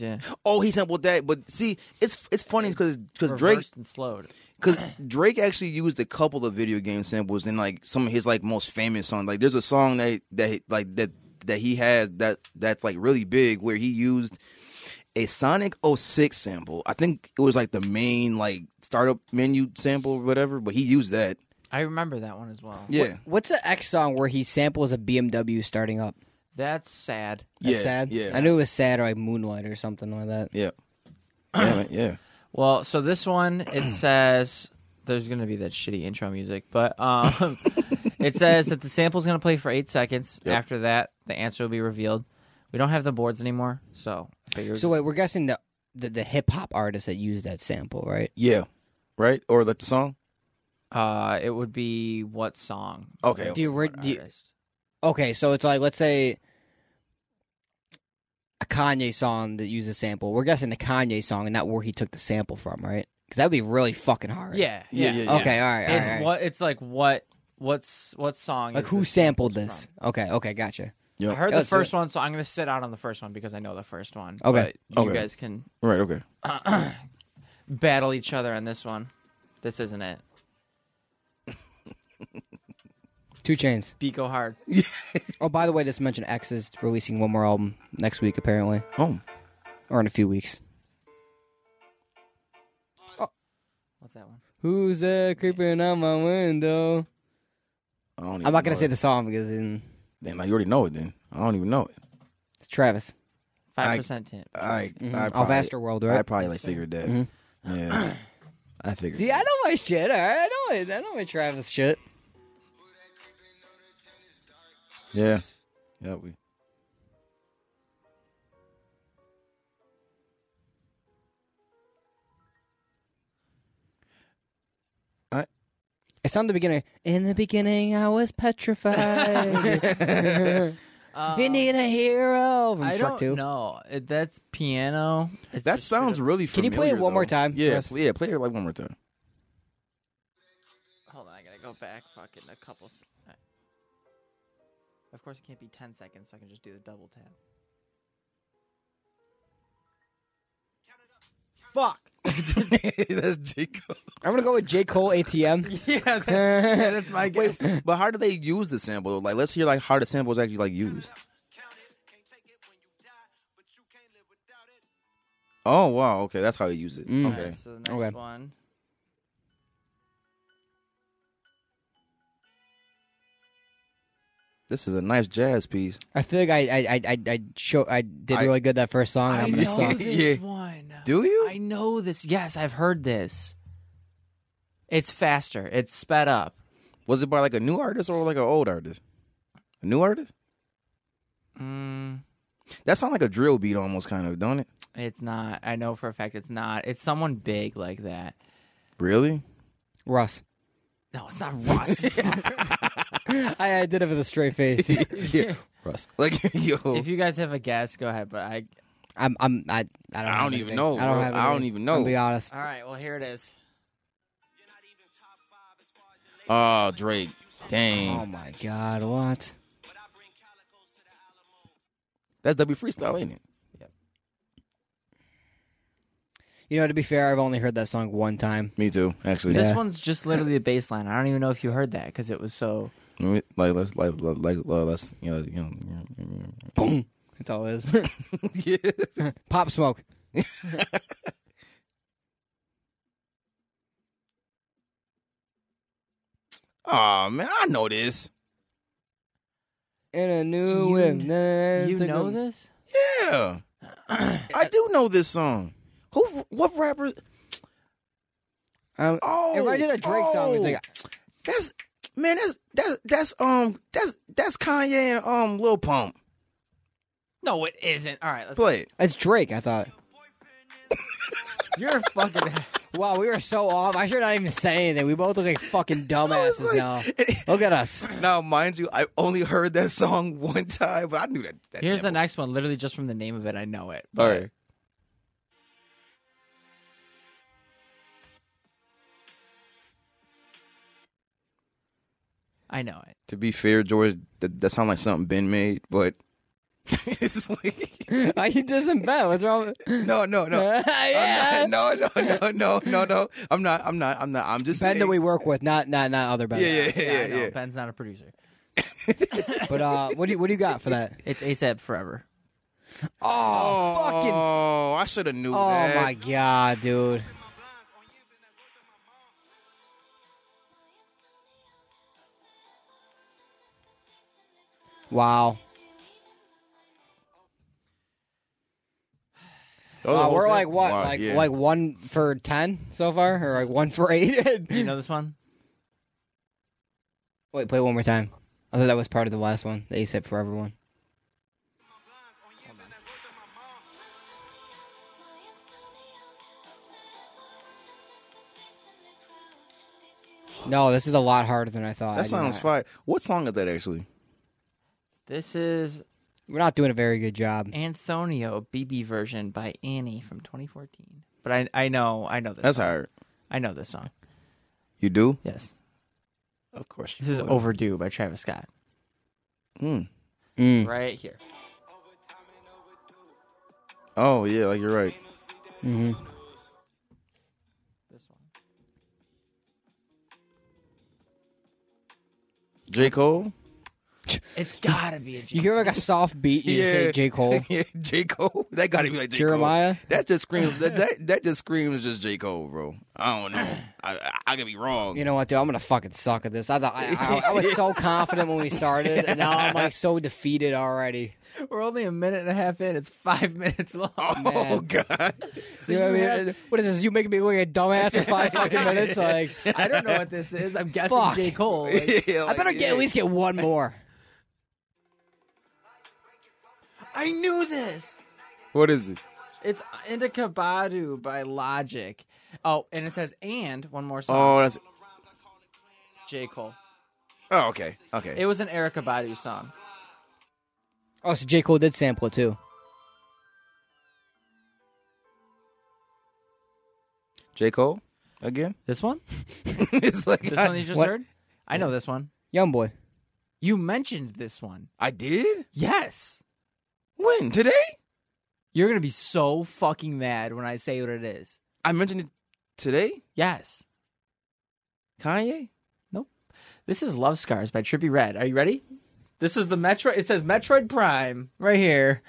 Speaker 3: Yeah,
Speaker 1: oh, he sampled that, but see, it's it's funny because because Drake
Speaker 3: Reversed and slowed.
Speaker 1: because Drake actually used a couple of video game samples in like some of his like most famous songs. Like there's a song that that like that that he has that that's like really big where he used a Sonic 06 sample. I think it was like the main like startup menu sample or whatever, but he used that.
Speaker 3: I remember that one as well.
Speaker 1: Yeah.
Speaker 2: What's the X song where he samples a BMW starting up?
Speaker 3: That's sad.
Speaker 2: That's
Speaker 1: yeah.
Speaker 2: sad.
Speaker 1: Yeah.
Speaker 2: I knew it was sad or like Moonlight or something like that.
Speaker 1: Yeah. Yeah, man, yeah.
Speaker 3: Well, so this one it says there's gonna be that shitty intro music, but um, it says that the sample's gonna play for eight seconds.
Speaker 1: Yep.
Speaker 3: After that, the answer will be revealed. We don't have the boards anymore, so I figured.
Speaker 2: So wait, we're guessing the the, the hip hop artist that used that sample, right?
Speaker 1: Yeah. Right? Or like the song?
Speaker 3: uh, it would be what song?
Speaker 1: Okay.
Speaker 2: Do you, re-
Speaker 3: What
Speaker 2: do you-
Speaker 3: artist?
Speaker 2: okay, so it's like let's say a Kanye song that used a sample. We're guessing the Kanye song and not where he took the sample from, right? Because that'd be really fucking hard.
Speaker 3: Yeah,
Speaker 1: Yeah,
Speaker 3: yeah.
Speaker 1: yeah, yeah.
Speaker 2: Okay. All right. All
Speaker 3: It's
Speaker 2: right. all right.
Speaker 3: what it's like. What what's what song?
Speaker 2: like
Speaker 3: is
Speaker 2: who
Speaker 3: this
Speaker 2: sampled
Speaker 3: sample's
Speaker 2: this?
Speaker 3: from?
Speaker 2: Okay. Okay. Gotcha.
Speaker 1: Yeah.
Speaker 3: I heard
Speaker 2: Yeah,
Speaker 3: the
Speaker 2: let's do
Speaker 3: first one, so I'm gonna sit out on the first one because I know the first one.
Speaker 2: Okay.
Speaker 3: but you
Speaker 1: Okay.
Speaker 3: guys can
Speaker 1: Right, okay.
Speaker 3: battle each other on this one. This isn't it.
Speaker 2: Two Chains.
Speaker 3: Pico hard.
Speaker 2: Oh, by the way, just mention X is releasing one more album next week, apparently,
Speaker 1: Home.
Speaker 2: or in a few weeks.
Speaker 3: What's that one?
Speaker 2: Who's that creeping out my window?
Speaker 1: I don't even
Speaker 2: I'm not gonna
Speaker 1: know
Speaker 2: say
Speaker 1: it.
Speaker 2: the song because mm,
Speaker 1: Then like you already know it then. I don't even know it.
Speaker 2: it's Travis.
Speaker 3: Five percent tint.
Speaker 1: I
Speaker 2: Mhm.
Speaker 1: I
Speaker 2: Off
Speaker 1: probably-
Speaker 2: Astroworld,
Speaker 1: I
Speaker 2: right?
Speaker 1: probably like figured that.
Speaker 2: Mhm.
Speaker 1: Yeah, I figured.
Speaker 2: See, I know my shit. All right, I know it. I know my Travis shit.
Speaker 1: yeah, yeah, we.
Speaker 2: It's on the beginning. In the beginning, I was petrified.
Speaker 3: Uh,
Speaker 2: we need a hero. From
Speaker 3: I
Speaker 2: Shrek
Speaker 3: don't
Speaker 2: 2.
Speaker 3: know. It- That's piano. It's
Speaker 1: That
Speaker 3: just
Speaker 1: sounds
Speaker 3: straight
Speaker 1: really.
Speaker 2: Can you
Speaker 1: Familiar,
Speaker 2: play it one
Speaker 1: though.
Speaker 2: more time for
Speaker 1: Yeah,
Speaker 2: us?
Speaker 1: pl- yeah, play it like one more time.
Speaker 3: up- Hold on, I gotta go back. Fucking a couple. s- alright. Of course, it can't be ten seconds, so I can just do the double tap. Fuck.
Speaker 1: That's Jacob.
Speaker 2: I'm gonna go with J Cole ATM.
Speaker 3: Yeah, that- yeah, that's my guess.
Speaker 1: Wait, but how do they use the sample? Like, let's hear like how the sample is actually like used. Oh wow, okay, that's how they use it.
Speaker 2: Mm.
Speaker 1: Okay,
Speaker 3: Alright, so the next
Speaker 2: Okay.
Speaker 3: one.
Speaker 1: this is a nice jazz piece.
Speaker 2: I feel like I I I I, I, show, I did
Speaker 1: I-
Speaker 2: really good that first song. And
Speaker 3: I
Speaker 2: I'm gonna
Speaker 3: know
Speaker 2: suck.
Speaker 3: this
Speaker 1: Yeah.
Speaker 3: one.
Speaker 1: Do you?
Speaker 3: I know this. Yes, I've heard this. It's faster. It's sped up.
Speaker 1: Was it by like a new artist or like an old artist? A new artist?
Speaker 3: Mm.
Speaker 1: That sounds like a drill beat almost, kind of, don't it?
Speaker 3: It's not. I know for a fact it's not. It's someone big like that.
Speaker 1: Really?
Speaker 2: Russ.
Speaker 3: No, it's not Ross. you fucker.
Speaker 2: I, I did it with a straight face.
Speaker 1: yeah, Russ. Like, yo,
Speaker 3: if you guys have a guess, go ahead. But I.
Speaker 2: I'm I'm I I don't,
Speaker 1: I
Speaker 2: have
Speaker 1: don't even
Speaker 2: anything.
Speaker 1: know,
Speaker 2: I don't
Speaker 1: bro.
Speaker 2: have
Speaker 1: I don't
Speaker 2: anything.
Speaker 1: even know.
Speaker 2: I'll be honest.
Speaker 3: All right. Well, here it is.
Speaker 1: Oh, Drake. Dang.
Speaker 2: Oh my god, what?
Speaker 1: That's W Freestyle, ain't it?
Speaker 2: You know, to be fair, I've only heard that song one time.
Speaker 1: Me too, actually.
Speaker 2: Yeah.
Speaker 3: This one's just literally the bass line. I don't even know if you heard that because it was so.
Speaker 1: Like, let's, like, like, like, uh, let's, you know, you know.
Speaker 2: Boom. That's all it is. Pop smoke.
Speaker 1: Oh, man, I know this.
Speaker 2: In a
Speaker 3: You
Speaker 2: new whip.
Speaker 3: kn-
Speaker 2: Nah, nah, nah,
Speaker 3: You
Speaker 2: took
Speaker 3: know
Speaker 2: a-
Speaker 3: this?
Speaker 1: Yeah. I do know this song. Who, what rapper?
Speaker 2: Um,
Speaker 1: Oh.
Speaker 2: If I did that Drake song, it's like
Speaker 1: That's, man, that's, that's, that's, um, that's, that's Kanye and, um, Lil Pump.
Speaker 3: No, it isn't. All right. Let's
Speaker 1: Play it.
Speaker 2: it's Drake. I thought.
Speaker 3: You're a fucking.
Speaker 2: Wow, we were so off. I should not even say anything. We both look like fucking dumbasses now. Look at us.
Speaker 1: Now, mind you, I only heard that song one time, but I knew that. that
Speaker 3: Here's the
Speaker 1: sample.
Speaker 3: next one. Literally just from the name of it, I know it.
Speaker 1: All
Speaker 3: but-
Speaker 1: right.
Speaker 3: I know it.
Speaker 1: To be fair, George, that, that sounds like something Ben made, but it's like
Speaker 2: he doesn't bet. What's wrong? With...
Speaker 1: no, no, no.
Speaker 2: yeah.
Speaker 1: I'm not, no, no, no, no, no, no. I'm not. I'm not. I'm not. I'm just
Speaker 2: Ben
Speaker 1: saying.
Speaker 2: that we work with, not not not other Ben.
Speaker 1: yeah, yeah, yeah,
Speaker 3: I
Speaker 1: yeah.
Speaker 3: know.
Speaker 1: yeah.
Speaker 3: Ben's not a producer.
Speaker 2: But uh, what do you what do you got for that?
Speaker 3: It's ASAP forever.
Speaker 2: Oh, fucking!
Speaker 1: Oh, I should have knew
Speaker 2: Oh
Speaker 1: that.
Speaker 2: my god, dude. Wow.
Speaker 1: Those
Speaker 2: Wow,
Speaker 1: are
Speaker 2: we're
Speaker 1: all-
Speaker 2: like what,
Speaker 1: Oh, Wow,
Speaker 2: like
Speaker 1: yeah.
Speaker 2: like one for ten so far, or like one for eight.
Speaker 3: Do you know this one?
Speaker 2: Wait, play one more time. I thought that was part of the last one, the ASAP Forever one. No, this is a lot harder than I thought. I
Speaker 1: That
Speaker 2: did
Speaker 1: sounds
Speaker 2: not-
Speaker 1: fire. What song is that actually?
Speaker 3: This is
Speaker 2: We're not doing a very good job.
Speaker 3: Antonio BB version by Annie from 2014. But I, I know, I know this.
Speaker 1: That's
Speaker 3: song.
Speaker 1: hard.
Speaker 3: I know this song.
Speaker 1: You do?
Speaker 3: Yes,
Speaker 1: Of course.
Speaker 3: this is "Overdue" by Travis Scott.
Speaker 1: Mm.
Speaker 2: Mm.
Speaker 3: Right here.
Speaker 1: Oh yeah, like you're right.
Speaker 2: hmm
Speaker 3: This one.
Speaker 1: J Cole.
Speaker 3: It's gotta be a G.
Speaker 2: You hear like a soft beat, you just say J Cole,
Speaker 1: yeah, J Cole. That got to be like J
Speaker 2: Jeremiah.
Speaker 1: Cole. That just screams. That, that that just screams just J Cole, bro. I don't know. I I, I could be wrong.
Speaker 2: You know what, dude? I'm gonna fucking suck at this. I thought I, I, I was so confident when we started, and now I'm like so defeated already.
Speaker 3: We're only a minute and a half in. It's five minutes long.
Speaker 1: oh
Speaker 2: man.
Speaker 1: God.
Speaker 3: So
Speaker 2: You know
Speaker 3: you
Speaker 2: what, I mean?
Speaker 3: have-
Speaker 2: what is this? You making me look like a dumbass for five fucking minutes? Like,
Speaker 3: I don't know what this is. I'm guessing
Speaker 2: Fuck.
Speaker 3: J. Cole. Like,
Speaker 1: Yeah,
Speaker 2: I
Speaker 1: like,
Speaker 2: better get at
Speaker 1: yeah.
Speaker 2: least get one more.
Speaker 3: I knew this.
Speaker 1: What is it?
Speaker 3: It's Indica Badu by Logic. Oh, and it says and one more song.
Speaker 1: Oh, that's.
Speaker 3: J. Cole.
Speaker 1: Oh, okay, okay.
Speaker 3: It was an Erica Badu song.
Speaker 2: Oh, so J Cole did sample it too.
Speaker 1: J Cole again.
Speaker 3: This one?
Speaker 1: it's like
Speaker 3: This
Speaker 1: I,
Speaker 3: one you just
Speaker 2: What?
Speaker 3: heard? I know this one.
Speaker 2: Young boy.
Speaker 3: You mentioned this one.
Speaker 1: I did
Speaker 3: Yes.
Speaker 1: when today.
Speaker 3: You're gonna be so fucking mad when I say what it is.
Speaker 1: I mentioned it today.
Speaker 3: Yes.
Speaker 1: Kanye.
Speaker 3: This is Love Scars by Trippy Red. Are you ready? This is the Metroid. It says Metroid Prime right here.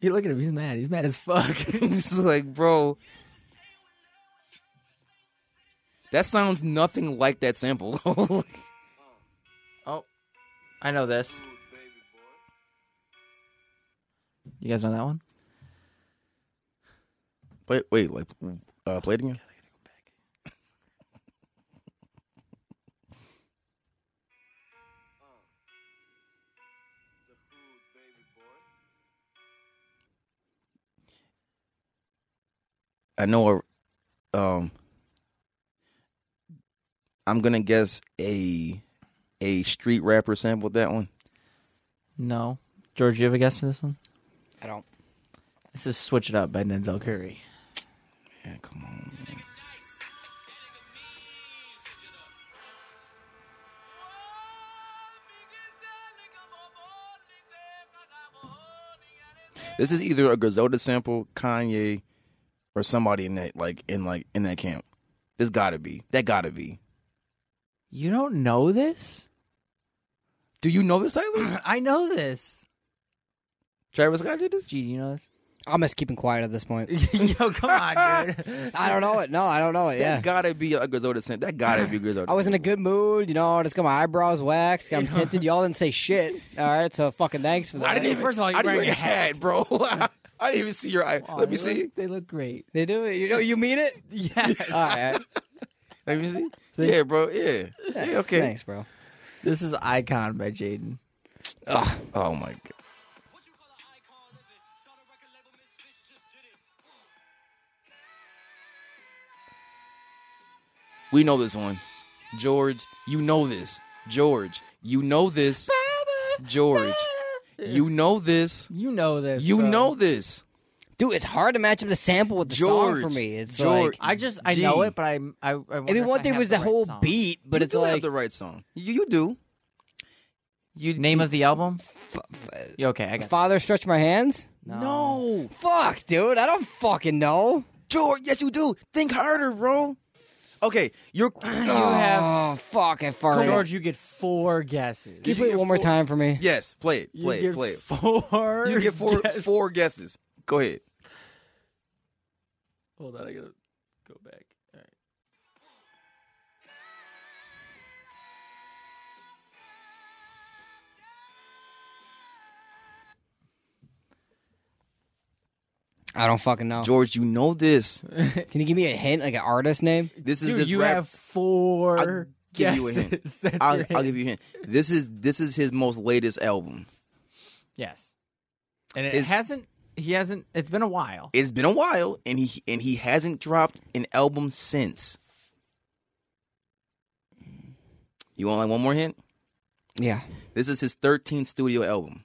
Speaker 3: You look at him. He's mad. He's mad as fuck.
Speaker 1: it's like, bro. That sounds nothing like that sample.
Speaker 3: oh, I know this. You guys know that one?
Speaker 1: wait, wait, like, uh, play it again. I know. A, um, I'm gonna guess a a street rapper sampled that one.
Speaker 3: No. George, you have a guess for this one?
Speaker 2: I don't.
Speaker 3: This is Switch It Up by Denzel Curry.
Speaker 1: Yeah, come on. man. This is either a Griselda sample, Kanye, or somebody in that like in like in that camp. This gotta be. That gotta be.
Speaker 3: You don't know this?
Speaker 1: Do you know this, Tyler?
Speaker 3: I know this.
Speaker 1: Travis Scott did this.
Speaker 3: Gee, do you know this?
Speaker 2: I'm just keeping quiet at this point.
Speaker 3: Yo, come on, dude.
Speaker 2: I don't know it. No, I don't know it. Yeah.
Speaker 1: That gotta be a Griselda sample. That gotta be Griselda.
Speaker 2: I was in a good mood, you know. I just got my eyebrows waxed, got them tinted. Y'all didn't say shit. All right, so fucking thanks for that.
Speaker 1: I didn't even.
Speaker 3: First of all, you're
Speaker 1: I didn't
Speaker 3: wearing
Speaker 1: even
Speaker 3: a hat.
Speaker 1: had, bro. I didn't even see your eye.
Speaker 3: Oh,
Speaker 1: Let me
Speaker 3: they
Speaker 1: see.
Speaker 3: look- they look great.
Speaker 2: They do it. You know, you mean it.
Speaker 3: Yes.
Speaker 2: All right.
Speaker 1: Let me see. Yeah, bro. Yeah. Yeah. Okay.
Speaker 2: Thanks, bro.
Speaker 3: This is Icon by Jaden.
Speaker 2: Ugh.
Speaker 1: Oh my god. We know this one. George, you know this. George, you know this. George, you know this.
Speaker 3: You know this.
Speaker 1: You
Speaker 3: bro.
Speaker 1: know this.
Speaker 2: Dude, it's hard to match up the sample with the
Speaker 1: George.
Speaker 2: song for me. It's
Speaker 1: George.
Speaker 2: like
Speaker 3: I just I
Speaker 1: Gee.
Speaker 3: know it, but I I, I
Speaker 2: I mean, one thing was the whole beat, but
Speaker 1: You
Speaker 2: it's
Speaker 1: do have
Speaker 2: like
Speaker 1: the right song. You, you do. You
Speaker 3: Name of the album?
Speaker 2: F- f-
Speaker 3: Yeah, okay, I got.
Speaker 2: Father, stretch my hands.
Speaker 1: no.
Speaker 2: Fuck, dude, I don't fucking know.
Speaker 1: George. Yes, you do. Think harder, bro. Okay, you're. Ah.
Speaker 3: You have
Speaker 2: oh, fuck, I farted.
Speaker 3: George. You get four guesses.
Speaker 2: Can you
Speaker 1: you
Speaker 2: play it
Speaker 1: get
Speaker 2: one more
Speaker 1: four-
Speaker 2: time for me?
Speaker 1: yes, play it.
Speaker 3: You
Speaker 1: Play
Speaker 3: get
Speaker 1: it. Play it.
Speaker 3: Four.
Speaker 1: You get four
Speaker 3: guesses.
Speaker 1: four guesses. Go ahead.
Speaker 3: Hold on, I gotta go back. All right.
Speaker 2: I don't fucking know.
Speaker 1: George, you know this.
Speaker 2: Can you give me a hint, like an artist name?
Speaker 1: This is
Speaker 3: Dude,
Speaker 1: this
Speaker 3: you
Speaker 1: rap.
Speaker 3: have 4
Speaker 1: I'll give
Speaker 3: guesses.
Speaker 1: you a hint.
Speaker 3: That's
Speaker 1: I'll,
Speaker 3: your
Speaker 1: I'll
Speaker 3: hint.
Speaker 1: give you a hint. This is this is his most latest album.
Speaker 3: Yes, and it
Speaker 1: Is-
Speaker 3: hasn't. He hasn't. It's been a while.
Speaker 1: It's been a while, and he and he hasn't dropped an album since. You want like one more hint?
Speaker 2: Yeah.
Speaker 1: This is his 13th studio album.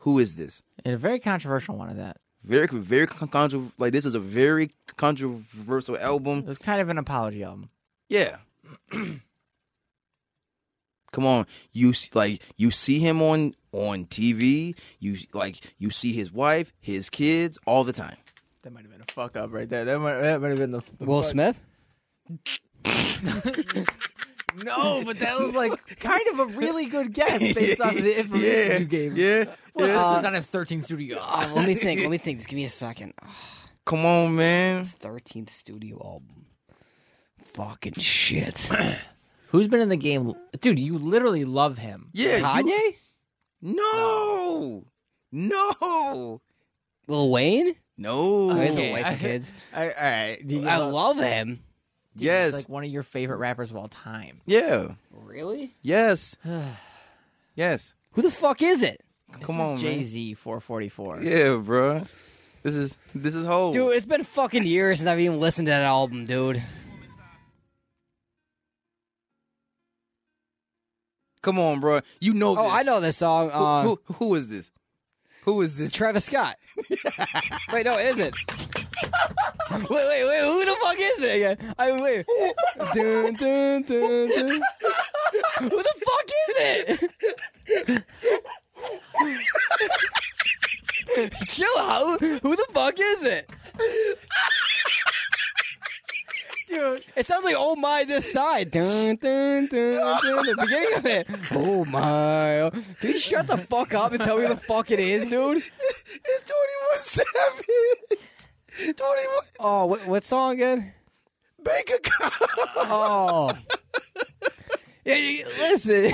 Speaker 1: Who is this?
Speaker 3: And a very controversial one of that.
Speaker 1: Very very con- contro- like this is a very controversial
Speaker 3: It
Speaker 1: album.
Speaker 3: was kind of an apology album.
Speaker 1: Yeah. Come on, you s- like you see him on on TV. You like you see his wife, his kids all the time.
Speaker 3: That might have been a fuck up right there. That might, that might have been the, the
Speaker 2: Will
Speaker 3: fuck-
Speaker 2: Smith?
Speaker 3: No, but that was like kind of a really good guess based off of the information
Speaker 1: yeah,
Speaker 3: you gave. Uh,
Speaker 1: Yeah,
Speaker 3: Well,
Speaker 1: yeah.
Speaker 3: this does not have 13 studio.
Speaker 2: Oh, let me think. let me think. Just give me a second. Oh,
Speaker 1: Come on, man.
Speaker 2: Thirteenth studio album. Fucking shit.
Speaker 3: Who's been in the game? Dude, you literally love him.
Speaker 1: Yeah,
Speaker 2: Kanye?
Speaker 1: you- no, no,
Speaker 2: Lil Wayne?
Speaker 1: no.
Speaker 2: Oh, he's
Speaker 3: Okay,
Speaker 2: a wife and
Speaker 3: I-
Speaker 2: kids.
Speaker 3: I, all right. Do you
Speaker 2: I
Speaker 3: love-
Speaker 2: love him.
Speaker 3: dude, he's
Speaker 1: yes,
Speaker 3: like one of your favorite rappers of all time.
Speaker 1: yeah,
Speaker 2: Really?
Speaker 1: yes, yes.
Speaker 2: Who the fuck is it?
Speaker 1: Come on,
Speaker 3: Jay Z 444.
Speaker 1: man. Yeah, bruh. This is this is whole.
Speaker 2: Dude, it's been fucking years since I've even listened to that album, dude.
Speaker 1: Come on, bruh. You know.
Speaker 2: Oh,
Speaker 1: this.
Speaker 2: I know this song.
Speaker 1: Who,
Speaker 2: Uh,
Speaker 1: who- who is this? Who is this?
Speaker 2: Travis Scott. wait, no, it isn't. wait, wait, wait. Who the fuck is it again? I mean, wait. dun, dun, dun, dun. Who the fuck is it? Chill out. Who the fuck is it?
Speaker 3: Dude,
Speaker 2: It sounds like Oh My This Side. Dun, dun, dun, dun, the beginning of it. Oh my. oh. Can you shut the fuck up and tell me who the fuck it is, dude?
Speaker 1: It's Twenty One Savage. Twenty One
Speaker 2: Oh, what, what song again?
Speaker 1: bank account.
Speaker 2: Oh. Yeah, you, listen.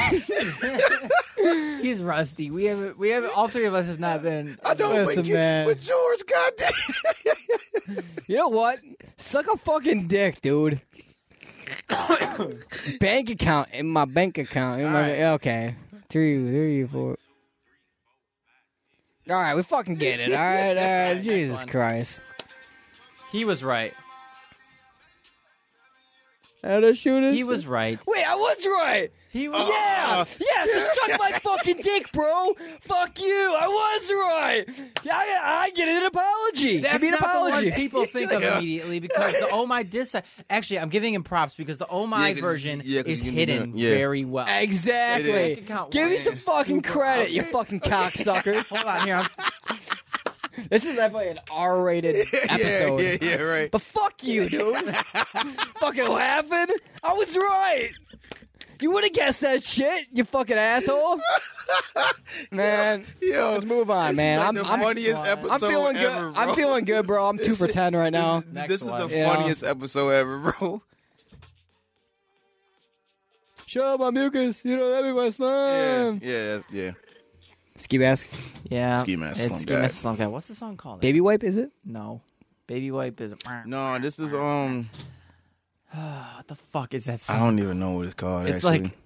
Speaker 3: he's rusty. We haven't, we haven't, all three of us have not been.
Speaker 1: I don't
Speaker 2: Listen,
Speaker 1: think you,
Speaker 2: man.
Speaker 1: but George, goddamn.
Speaker 2: you know what? Suck a fucking dick, dude. bank account in my bank account. In my, Okay. Three, three, four. All right, we fucking get it. All right, all right.
Speaker 3: next
Speaker 2: Jesus
Speaker 3: one.
Speaker 2: Christ.
Speaker 3: He was right.
Speaker 2: How to shoot it?
Speaker 3: He was right.
Speaker 2: Wait, I was right.
Speaker 3: He was.
Speaker 2: Yeah,
Speaker 1: Uh,
Speaker 2: yeah. So suck my fucking dick, bro. Fuck you. I was right. Yeah, I, I get an apology.
Speaker 3: That's
Speaker 2: Give me an
Speaker 3: not the
Speaker 2: apology.
Speaker 3: one people think of
Speaker 1: Yeah.
Speaker 3: immediately because the Oh My Dis. Actually, I'm giving him props because the Oh My
Speaker 1: Yeah, 'cause-
Speaker 3: version
Speaker 1: yeah, 'cause
Speaker 3: is
Speaker 1: you can
Speaker 3: hidden
Speaker 1: do it. Yeah.
Speaker 3: very well.
Speaker 1: It is.
Speaker 2: Exactly.
Speaker 3: Account
Speaker 2: Give me
Speaker 3: one
Speaker 2: some
Speaker 3: is
Speaker 2: fucking
Speaker 3: super
Speaker 2: credit, you fucking cocksucker.
Speaker 3: Hold on here. I'm-
Speaker 2: this is definitely an R-rated episode.
Speaker 1: Yeah, yeah, yeah, right.
Speaker 2: But fuck you, dude. fucking laughing. I was right. You would have guessed that shit, you fucking asshole. Man,
Speaker 1: Yo,
Speaker 2: let's move on,
Speaker 1: this
Speaker 2: man.
Speaker 1: Is like
Speaker 2: I'm,
Speaker 1: the
Speaker 2: I'm,
Speaker 1: funniest
Speaker 3: I'm
Speaker 1: episode
Speaker 2: I'm feeling good.
Speaker 1: ever, bro.
Speaker 2: I'm feeling good, bro. I'm two for ten right now.
Speaker 1: This,
Speaker 3: Next
Speaker 1: this is the
Speaker 3: one.
Speaker 2: Yeah.
Speaker 1: funniest episode ever, bro.
Speaker 2: Shut up, my mucus. You don't let me my
Speaker 1: Yeah,
Speaker 2: slime.
Speaker 1: yeah, yeah.
Speaker 2: Ski mask.
Speaker 3: Yeah.
Speaker 1: Ski Mask
Speaker 3: It's
Speaker 1: Slum
Speaker 3: Ski
Speaker 1: Guy.
Speaker 3: Mask Slum Guy. What's the song called?
Speaker 2: Baby wipe, is it?
Speaker 3: No. Baby Wipe is.
Speaker 1: No, this is um.
Speaker 3: what the fuck is that
Speaker 1: I
Speaker 3: song?
Speaker 1: don't even know what it's called.
Speaker 3: It's
Speaker 1: actually.
Speaker 3: like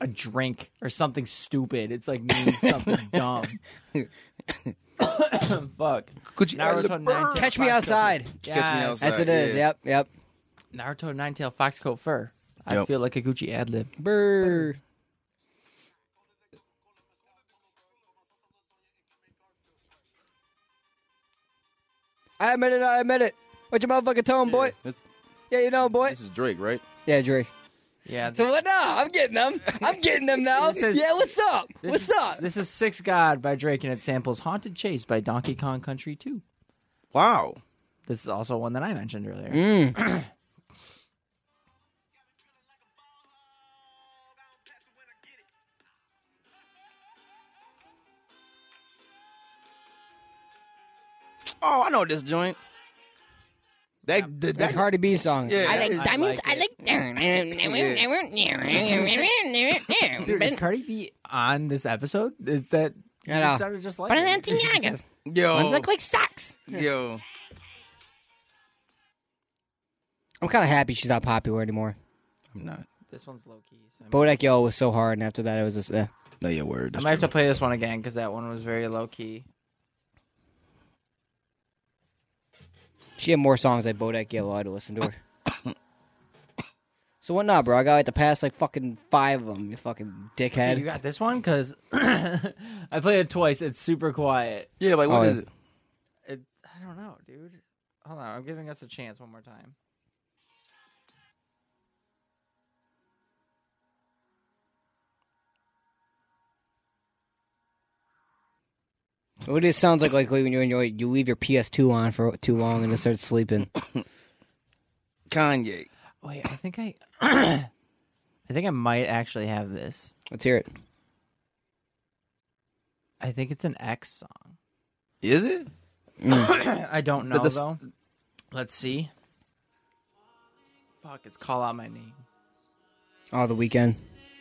Speaker 3: a drink or something stupid. It's like means something dumb. fuck.
Speaker 1: could you
Speaker 3: Naruto
Speaker 1: add the
Speaker 3: Nine
Speaker 1: bird?
Speaker 3: Tails.
Speaker 2: Catch me outside.
Speaker 1: Catch me
Speaker 3: Yes.
Speaker 1: outside.
Speaker 2: That's it is.
Speaker 1: Yeah.
Speaker 2: Yep, yep.
Speaker 3: Naruto Ninetale Foxcoat Fur. I
Speaker 1: Yep.
Speaker 3: feel like a Gucci ad lib.
Speaker 2: Brr. I admit it. I admit it. What your motherfucking tone, boy?
Speaker 1: This,
Speaker 2: Yeah, you know, boy.
Speaker 1: this is Drake, right?
Speaker 2: Yeah, Dre.
Speaker 3: Yeah.
Speaker 2: So what now? I'm getting them. I'm getting them now.
Speaker 3: This is-
Speaker 2: yeah, what's up?
Speaker 3: This
Speaker 2: What's
Speaker 3: is-
Speaker 2: up?
Speaker 3: This is Six God by Drake, and it samples Haunted Chase by Donkey Kong Country 2.
Speaker 1: Wow.
Speaker 3: This is also one that I mentioned earlier.
Speaker 2: Mm.
Speaker 1: Oh, I know this joint. That that,
Speaker 2: That's
Speaker 1: that
Speaker 2: Cardi B song.
Speaker 1: Yeah.
Speaker 2: I
Speaker 1: I
Speaker 2: like
Speaker 1: like
Speaker 2: diamonds. I
Speaker 3: it.
Speaker 2: like diamonds.
Speaker 3: Dude, is Cardi B on this episode? Is that.
Speaker 2: I know.
Speaker 3: You sounded just like
Speaker 2: But
Speaker 3: her.
Speaker 2: I'm Antinaga's. Ones
Speaker 1: yo
Speaker 2: look like socks.
Speaker 1: yo.
Speaker 2: I'm kind of happy she's not popular anymore.
Speaker 1: I'm not.
Speaker 3: This one's low key. So I, might,
Speaker 2: Bodak Yellow was so hard, and after that, it was just. Eh.
Speaker 1: No, your word.
Speaker 3: I
Speaker 1: That's
Speaker 3: might have to
Speaker 1: true.
Speaker 3: play this one again because that one was very low key.
Speaker 2: She had more songs like Bodak Yellow. I had to listen to her. so what now, bro? I got like the past like fucking five of them. You fucking dickhead.
Speaker 3: You got this one because I played it twice. It's super quiet.
Speaker 1: Yeah, like what
Speaker 2: Oh,
Speaker 1: is
Speaker 2: yeah.
Speaker 1: it?
Speaker 3: It, I don't know, dude. Hold on, I'm giving us a chance one more time.
Speaker 2: What it sounds like, like when you enjoy, you leave your PS2 on for too long and it starts sleeping.
Speaker 1: Kanye.
Speaker 3: Wait, I think I, I think I might actually have this.
Speaker 2: Let's hear it.
Speaker 3: I think it's an X song.
Speaker 1: Is it?
Speaker 3: I don't know
Speaker 1: But this-
Speaker 3: though. Let's see. Fuck, it's call out my name.
Speaker 2: Oh, the weekend.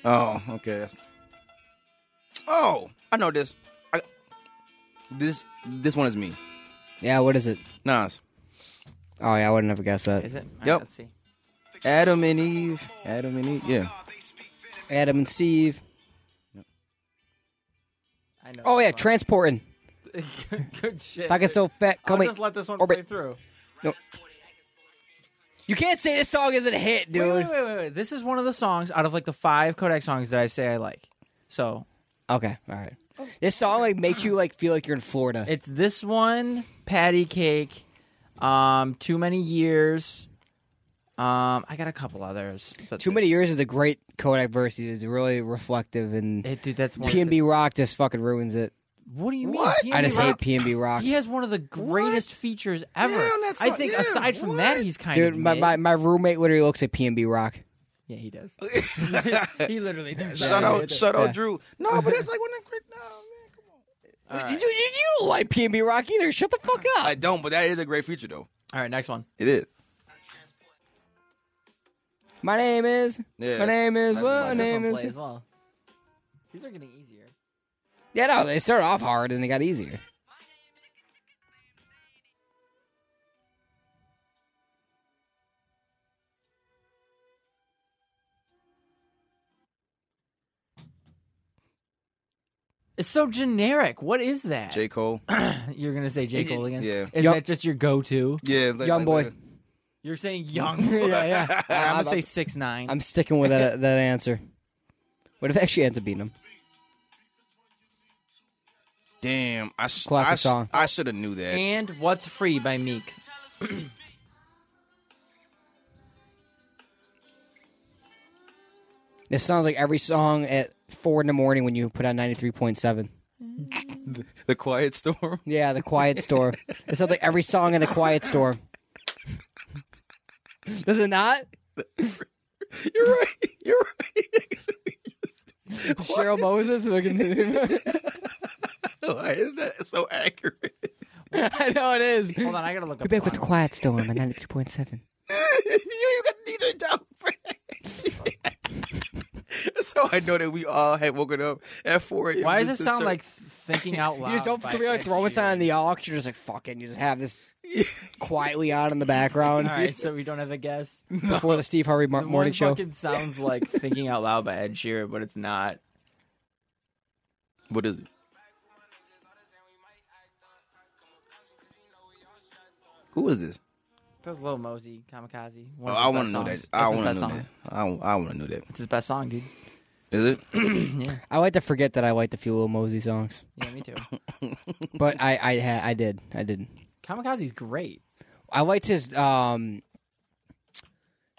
Speaker 1: Oh, okay. That's- Oh, I know this. I, this this one is me.
Speaker 2: Yeah, what is it?
Speaker 1: Nas.
Speaker 2: Oh yeah, I would have never guessed that.
Speaker 3: Is it? All right,
Speaker 1: Yep.
Speaker 3: let's see.
Speaker 1: Adam and Eve. Adam and Eve. Yeah.
Speaker 2: Adam and Steve.
Speaker 3: I know.
Speaker 2: Oh yeah,
Speaker 3: this one.
Speaker 2: transporting.
Speaker 3: Good shit.
Speaker 2: Like it's so fat.
Speaker 3: I'll
Speaker 2: Come
Speaker 3: just let this one
Speaker 2: Orbit.
Speaker 3: play through.
Speaker 2: You can't say this song isn't a hit, dude.
Speaker 3: Wait, wait, wait, wait, wait. This is one of the songs out of like the five Kodak songs that I say I like. So
Speaker 2: Okay, all right. This song like makes you like feel like you're in Florida.
Speaker 3: it's this one, Patty Cake, um, Too Many Years. Um, I got a couple others. But
Speaker 2: Too many years of the great Kodak verse. It's really reflective and
Speaker 3: It, dude, that's one. of the-
Speaker 2: PNB Rock just fucking ruins it.
Speaker 3: What do you mean?
Speaker 1: What?
Speaker 3: P&B
Speaker 2: I just hate
Speaker 3: Rock?
Speaker 2: PNB Rock.
Speaker 3: He has one of the greatest features ever.
Speaker 1: Yeah, on that
Speaker 3: I
Speaker 1: song-
Speaker 3: think
Speaker 1: yeah,
Speaker 3: aside from
Speaker 1: what?
Speaker 3: that, he's kind
Speaker 2: Dude,
Speaker 3: of
Speaker 2: my,
Speaker 3: mid.
Speaker 2: my, my roommate literally looks at PNB Rock.
Speaker 3: yeah, he does. he literally does.
Speaker 1: Shout
Speaker 3: Yeah,
Speaker 1: out,
Speaker 3: he does.
Speaker 1: shout out,
Speaker 2: Yeah.
Speaker 1: Drew. No, but that's like one of the great. No, man, come on.
Speaker 3: All
Speaker 2: You,
Speaker 3: right.
Speaker 2: you, you don't like PNB Rock either. Shut the fuck up.
Speaker 1: I don't, but that is a great feature though.
Speaker 3: All right, next one.
Speaker 1: It is.
Speaker 2: my name is.
Speaker 1: Yeah,
Speaker 2: my name is.
Speaker 1: that's
Speaker 2: What
Speaker 1: my-
Speaker 2: my
Speaker 1: that's
Speaker 3: This
Speaker 2: name
Speaker 3: one
Speaker 2: is.
Speaker 3: play as well. These are getting easier.
Speaker 2: Yeah, no, they started off hard and they got easier.
Speaker 3: It's so generic. What is that?
Speaker 1: J Cole.
Speaker 3: You're gonna say J Cole again?
Speaker 1: Yeah.
Speaker 3: Is
Speaker 2: Yup.
Speaker 3: that just your go-to?
Speaker 1: Yeah, like,
Speaker 2: Young
Speaker 1: like,
Speaker 2: boy.
Speaker 1: like-
Speaker 3: You're saying young? yeah, yeah. I'm, gonna say six nine.
Speaker 2: I'm sticking with that that answer. What if it actually ends up beating him?
Speaker 1: Damn, I sh-
Speaker 2: Classic
Speaker 1: I sh-
Speaker 2: song.
Speaker 1: I should have knew that.
Speaker 3: and what's free by Meek?
Speaker 2: It sounds like every song at four in the morning when you put on ninety three point seven.
Speaker 1: The Quiet Storm.
Speaker 2: Yeah, the Quiet Store. It sounds like every song in the Quiet Store. Does it not?
Speaker 1: You're right. You're right.
Speaker 2: Cheryl Moses. Fucking-
Speaker 1: Why is that so accurate?
Speaker 2: I know it is.
Speaker 3: Hold on, I gotta look
Speaker 2: We're
Speaker 3: up.
Speaker 2: back with the
Speaker 3: one.
Speaker 2: Quiet Storm on ninety three point seven.
Speaker 1: you even got DJ Down. so I know that we all had woken up at 4 a.m.
Speaker 3: Why does it
Speaker 1: to
Speaker 3: sound
Speaker 1: turn-
Speaker 3: like thinking out loud?
Speaker 2: You just don't
Speaker 3: by
Speaker 2: throw, like,
Speaker 3: Ed
Speaker 2: throw it
Speaker 3: Sheeran?
Speaker 2: on the aux. You're just like fucking. You just have this quietly on in the background
Speaker 3: All right, so we don't have a guess.
Speaker 2: before the Steve Harvey Mar-
Speaker 3: The
Speaker 2: morning
Speaker 3: one
Speaker 2: show.
Speaker 3: fucking sounds like thinking out loud by Ed Sheeran, but it's not.
Speaker 1: What is it? Who is this?
Speaker 3: That's Lil Mosey, Kamikaze.
Speaker 1: Oh,
Speaker 3: One of
Speaker 1: I
Speaker 3: want to
Speaker 1: know that. I
Speaker 3: want to
Speaker 1: want to know that. I, want to know that.
Speaker 3: It's his best song, dude.
Speaker 1: Is it?
Speaker 2: I like to forget that I liked a few Lil Mosey songs,
Speaker 3: Yeah, me too.
Speaker 2: but I I ha- I did I did.
Speaker 3: Kamikaze's great.
Speaker 2: I liked his um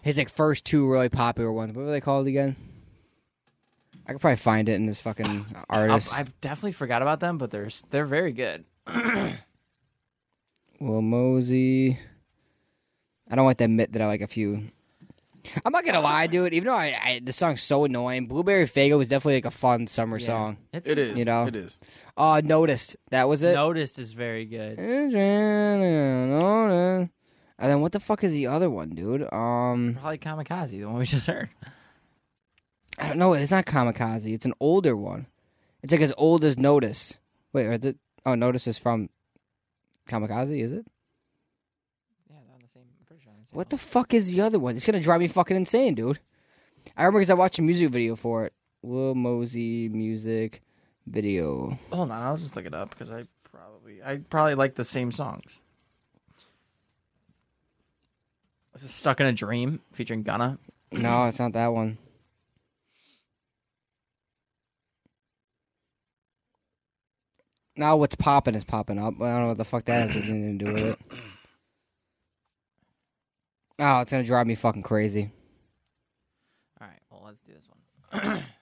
Speaker 2: his like first two really popular ones. What were they called again? I could probably find it in this fucking artist.
Speaker 3: I definitely forgot about them, but they're s- they're very good.
Speaker 2: Will Mosey. I don't like to admit that I like a few. I'm not gonna lie, dude. Even though I, I this song's so annoying, Blueberry Fago was definitely like a fun summer
Speaker 3: Yeah.
Speaker 2: song.
Speaker 3: It's,
Speaker 1: It is.
Speaker 2: You know.
Speaker 1: it is.
Speaker 2: Uh, noticed that was it.
Speaker 3: Noticed is very good.
Speaker 2: And then what the fuck is the other one, dude? Um,
Speaker 3: Probably Kamikaze, the one we just heard.
Speaker 2: I don't know. It's not Kamikaze. It's an older one. It's like as old as Noticed. Wait, or the oh, Noticed is from Kamikaze, is it?
Speaker 3: Yeah, they're on the same. I'm pretty sure.
Speaker 2: What the fuck is the other one? It's gonna drive me fucking insane, dude. I remember because I watched a music video for it. Will Mosey music video.
Speaker 3: Hold on, I'll just look it up because I probably I probably like the same songs. This is Stuck in a Dream featuring Gunna.
Speaker 2: No, it's not that one. Now what's popping is popping up. but I don't know what the fuck that has anything to do with it. Oh, it's gonna drive me fucking crazy.
Speaker 3: All right, well let's do this one.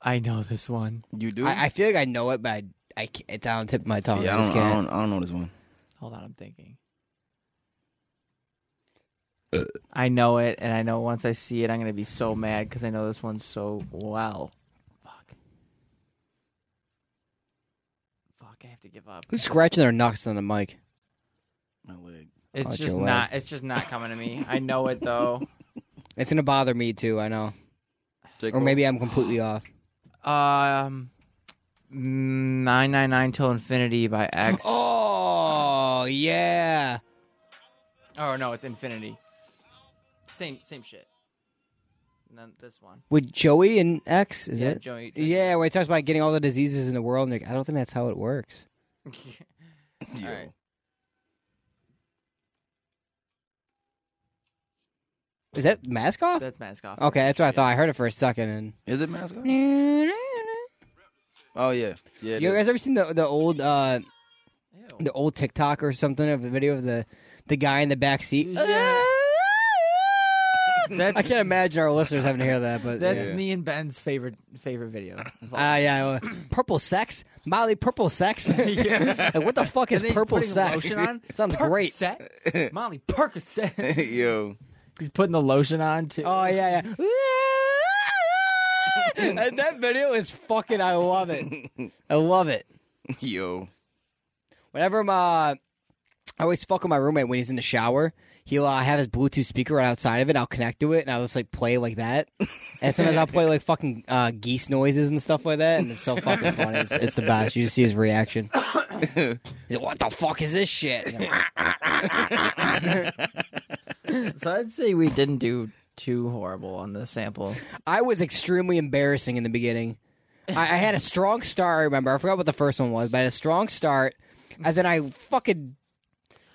Speaker 3: I know this one.
Speaker 1: You do?
Speaker 2: I, I feel like I know it, but I, I can't, it's on the tip of my tongue.
Speaker 1: yeah, I
Speaker 2: I just
Speaker 1: don't, I,
Speaker 2: can't.
Speaker 1: don't, I don't know this one.
Speaker 3: Hold on, I'm thinking.
Speaker 2: Uh.
Speaker 3: I know it, and I know once I see it, I'm gonna be so mad because I know this one so well. Fuck. Fuck! I have to give up.
Speaker 2: Who's scratching their knucks on the mic?
Speaker 1: My leg.
Speaker 3: It's
Speaker 2: Out
Speaker 3: just
Speaker 2: your way.
Speaker 3: not. It's just not coming to me. I know it though.
Speaker 2: It's gonna bother me too. I know,
Speaker 1: J.
Speaker 2: or
Speaker 1: Cole.
Speaker 2: maybe I'm completely off.
Speaker 3: Um, nine nine nine till infinity by X. Oh,
Speaker 2: Oh yeah,
Speaker 3: Oh, no, it's infinity. Same same shit. And then this one.
Speaker 2: with Joey and X is
Speaker 3: yeah,
Speaker 2: it?
Speaker 3: Joey.
Speaker 2: Yeah, where he talks about getting all the diseases in the world, and like, I don't think that's how it works.
Speaker 1: Yo.
Speaker 3: All right.
Speaker 2: Is that mask off?
Speaker 3: That's mask off.
Speaker 2: okay, that's what I thought. I heard it for a second.
Speaker 1: Is it mask? off?
Speaker 2: And
Speaker 1: Oh yeah, yeah. it
Speaker 2: you
Speaker 1: is.
Speaker 2: guys ever seen the the old uh,
Speaker 3: Ew.
Speaker 2: the old TikTok or something of the video of the the guy in the back seat?
Speaker 3: Yeah. That's
Speaker 2: I can't imagine our listeners having to hear that, but
Speaker 3: that's
Speaker 2: yeah.
Speaker 3: me and Ben's favorite favorite video. of all
Speaker 2: Ah, yeah, well, purple sex, Molly, purple sex. like, what the fuck is
Speaker 3: And then he's
Speaker 2: purple
Speaker 3: putting
Speaker 2: sex?
Speaker 3: lotion on?
Speaker 2: Sounds great.
Speaker 3: Percocet? Molly Percocet.
Speaker 1: Yo,
Speaker 3: He's putting the lotion on too.
Speaker 2: Oh yeah, yeah. and that video is fucking. I love it. I love it.
Speaker 1: yo.
Speaker 2: Whenever I'm, uh, I always fuck with my roommate when he's in the shower. He'll uh, have his Bluetooth speaker right outside of it. I'll connect to it and I'll just like play like that. And sometimes I'll play like fucking uh, geese noises and stuff like that. And it's so fucking funny. It's, it's the best. You just see his reaction. He's like, "What the fuck is this shit?" And I'm like,
Speaker 3: So I'd say we didn't do too horrible on the sample.
Speaker 2: I was extremely embarrassing in the beginning. I, I had a strong start. I remember. I forgot what the first one was, but I had a strong start, and then I fucking